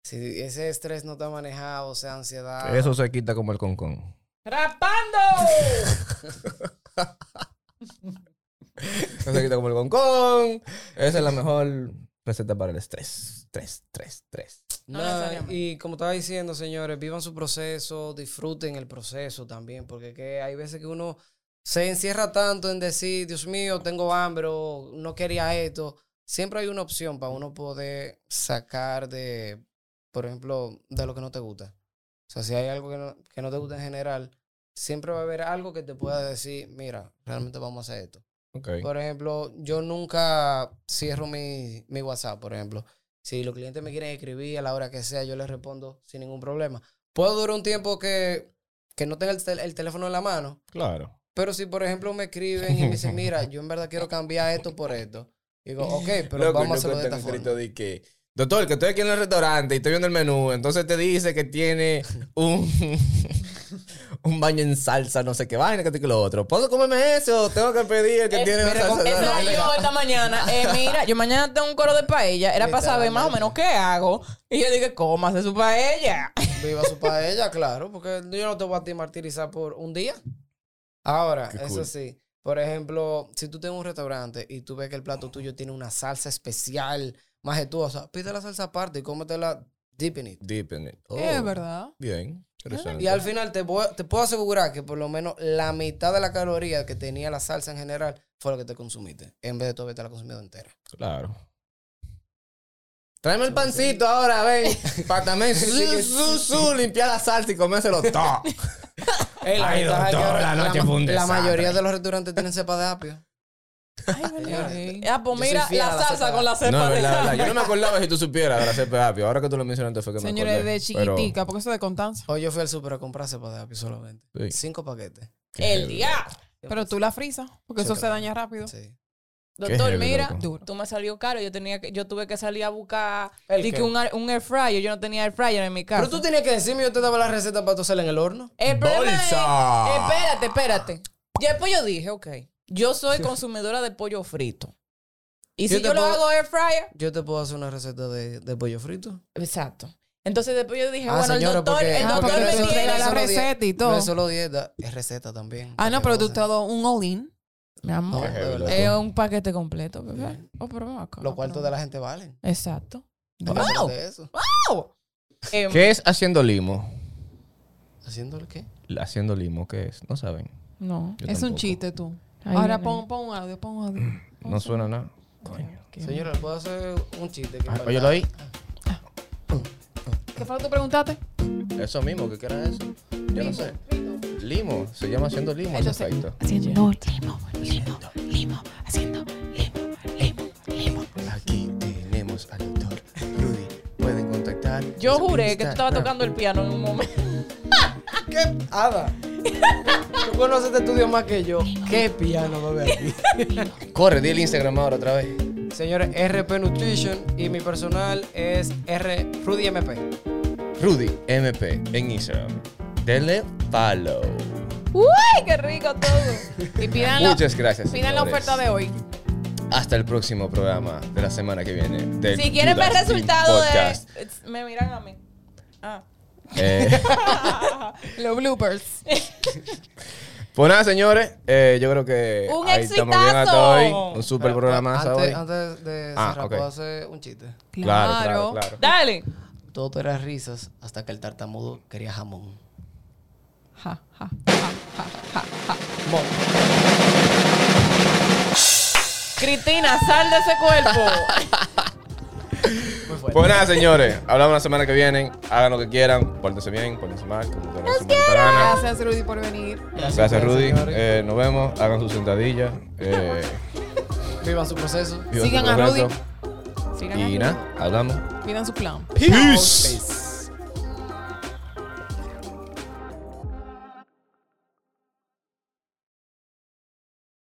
si ese estrés no está manejado, o sea, ansiedad. Eso se quita como el concón. ¡Rapando! Eso se quita como el concón. Esa es la mejor receta para el estrés. Tres, tres, tres. No Nada, necesariamente. y como estaba diciendo, señores, vivan su proceso, disfruten el proceso también, porque que hay veces que uno se encierra tanto en decir, Dios mío, tengo hambre, o no quería esto. Siempre hay una opción para uno poder sacar de, por ejemplo, de lo que no te gusta. O sea, si hay algo que no, que no te gusta en general, siempre va a haber algo que te pueda decir, mira, realmente vamos a hacer esto. Ok. Por ejemplo, yo nunca cierro mi, mi WhatsApp, por ejemplo. Si los clientes me quieren escribir a la hora que sea, yo les respondo sin ningún problema. Puedo durar un tiempo que, que no tenga el, tel- el teléfono en la mano, Claro. pero si, por ejemplo, me escriben y me dicen, mira, yo en verdad quiero cambiar esto por esto. Digo, ok, pero Loco, y vamos a loco hacerlo de está esta escrito forma. de que, Doctor, que estoy aquí en el restaurante y estoy viendo el menú, entonces te dice que tiene un, un baño en salsa, no sé qué vaina, que esto y que lo otro. ¿Puedo comerme eso? Tengo que pedir el que Eh, tiene una mira, salsa. con- de esa era vaina. yo esta mañana. Eh, mira, yo mañana tengo un coro de paella. Era para saber más o menos qué hago. Y yo dije, cómase su paella. Viva su paella, claro, porque yo no te voy a ti martirizar por un día. Ahora, Qué eso cool. sí, por ejemplo, si tú tienes un restaurante y tú ves que el plato tuyo tiene una salsa especial, majestuosa, pide la salsa aparte y cómetela deep in it. Deep in it. Oh, Es verdad. Bien. Ah, Y al final te, voy- te puedo asegurar que por lo menos la mitad de la caloría que tenía la salsa en general fue lo que te consumiste, en vez de tú haberte la consumido entera. Claro. Tráeme el Pancito ahora, ven. Para también su, su, su, limpiar la salsa y comérselo todo. la, Ay, ventaja es que doctor, ahora la noche ma- fue un la desastre. mayoría de los restaurantes tienen cepa de apio. Ay, Ah, pues Yo soy mira, fiel a la la salsa cepa. con la No, cepa de verdad, verdad. apio. Yo no me acordaba si tú supieras de la cepa de apio. Ahora que tú lo mencionaste fue que me acordé. Señores, de pero- chiquitica, porque eso de contanza. Hoy yo fui al súper a comprar cepa de apio solamente. Sí. Cinco paquetes. El día. Pero tú la frisas, porque Sí, eso se claro. daña rápido. Sí. Doctor, heavy, mira, loco. Duro. tú me salió caro. Yo tenía que, yo tuve que salir a buscar ¿El di que qué? un, air- un air fryer. Yo no tenía air fryer en mi casa. Pero tú tenías que decirme, yo te daba la receta para tú hacerla en el horno. El problema es- ¡Bolsa! espérate, espérate. Ya después yo dije, ok, yo soy consumidora de pollo frito. Y Yo si te yo lo puedo- hago air fryer, Yo te puedo hacer una receta de, de pollo frito. exacto. Entonces después yo dije, Ah, bueno, señora, el doctor, porque- el Ah, doctor porque me no es- tiene entrega no es la solo die- receta y No todo. es solo dieta, es receta también. Ah, no, pero tú te Te ha dado un all-in. Mi No, amor, de heavy, verdad. loco. es un paquete completo, bebé. Oh, pero ven acá, Los cuartos pero- de la gente valen. Exacto. Wow. ¡Wow! De eso. ¡Wow! Em, ¿Qué es haciendo limo? ¿Haciéndole qué? Haciendo limo, ¿qué es? No saben. No. Yo es tampoco. un chiste tú. Ahí Ahora viene. pon, pon un audio, pon un audio. No suena nada. Coño. Qué- Señora, ¿le puedo hacer un chiste? Que en Ah, verdad- Óyelo ahí. ¿Qué fue lo que tú preguntaste? Eso mismo, ¿qué era eso? Yo no sé. Limo, se llama haciendo limo ese Yo sé. efecto. Haciendo limo, limo, limo, haciendo limo, limo, limo. Aquí tenemos al doctor Rudy. Pueden contactar. Yo juré que tú estabas tocando el piano en un momento. Ah, ¿Qué? Ada. Tú conoces este estudio más que yo. ¿Qué piano, bebé? aquí? Corre, di el Instagram ahora otra vez. Señores, RP Nutrition y mi personal es R Rudy MP. Rudy MP en Instagram. Denle follow. ¡Uy, qué rico todo! Y pidan, la- Muchas gracias. pidan la señores. oferta de hoy. Hasta el próximo programa de la semana que viene. del Si quieren ver Judas Team resultado Podcast. de... Me miran a mí. Ah. Eh, Los bloopers. pues nada, señores. eh, yo creo que ¡Un ahí estamos bien hasta exitazo! hoy. Un super Pero, programa antes, hoy. Antes de Ah, cerrar, ok. ¿puedo hacer un chiste? Claro, claro, claro. Dale. Todo era risas hasta que el tartamudo quería jamón. Ja, ja. Cristina, sal de ese cuerpo. Pues nada, señores. Hablamos la semana que viene. Hagan lo que quieran. Pórtense bien, pórtense mal. Como quieran, su mantarana. Gracias, Rudy, por venir. Gracias, a Rudy. ustedes, señores. Eh, nos vemos. Hagan sus sentadillas. Eh, Vivan su proceso. vivan su Sigan a Rudy. progreso. Sigan Y aquí. nada, hablamos. Pidan su plan. Peace. Peace.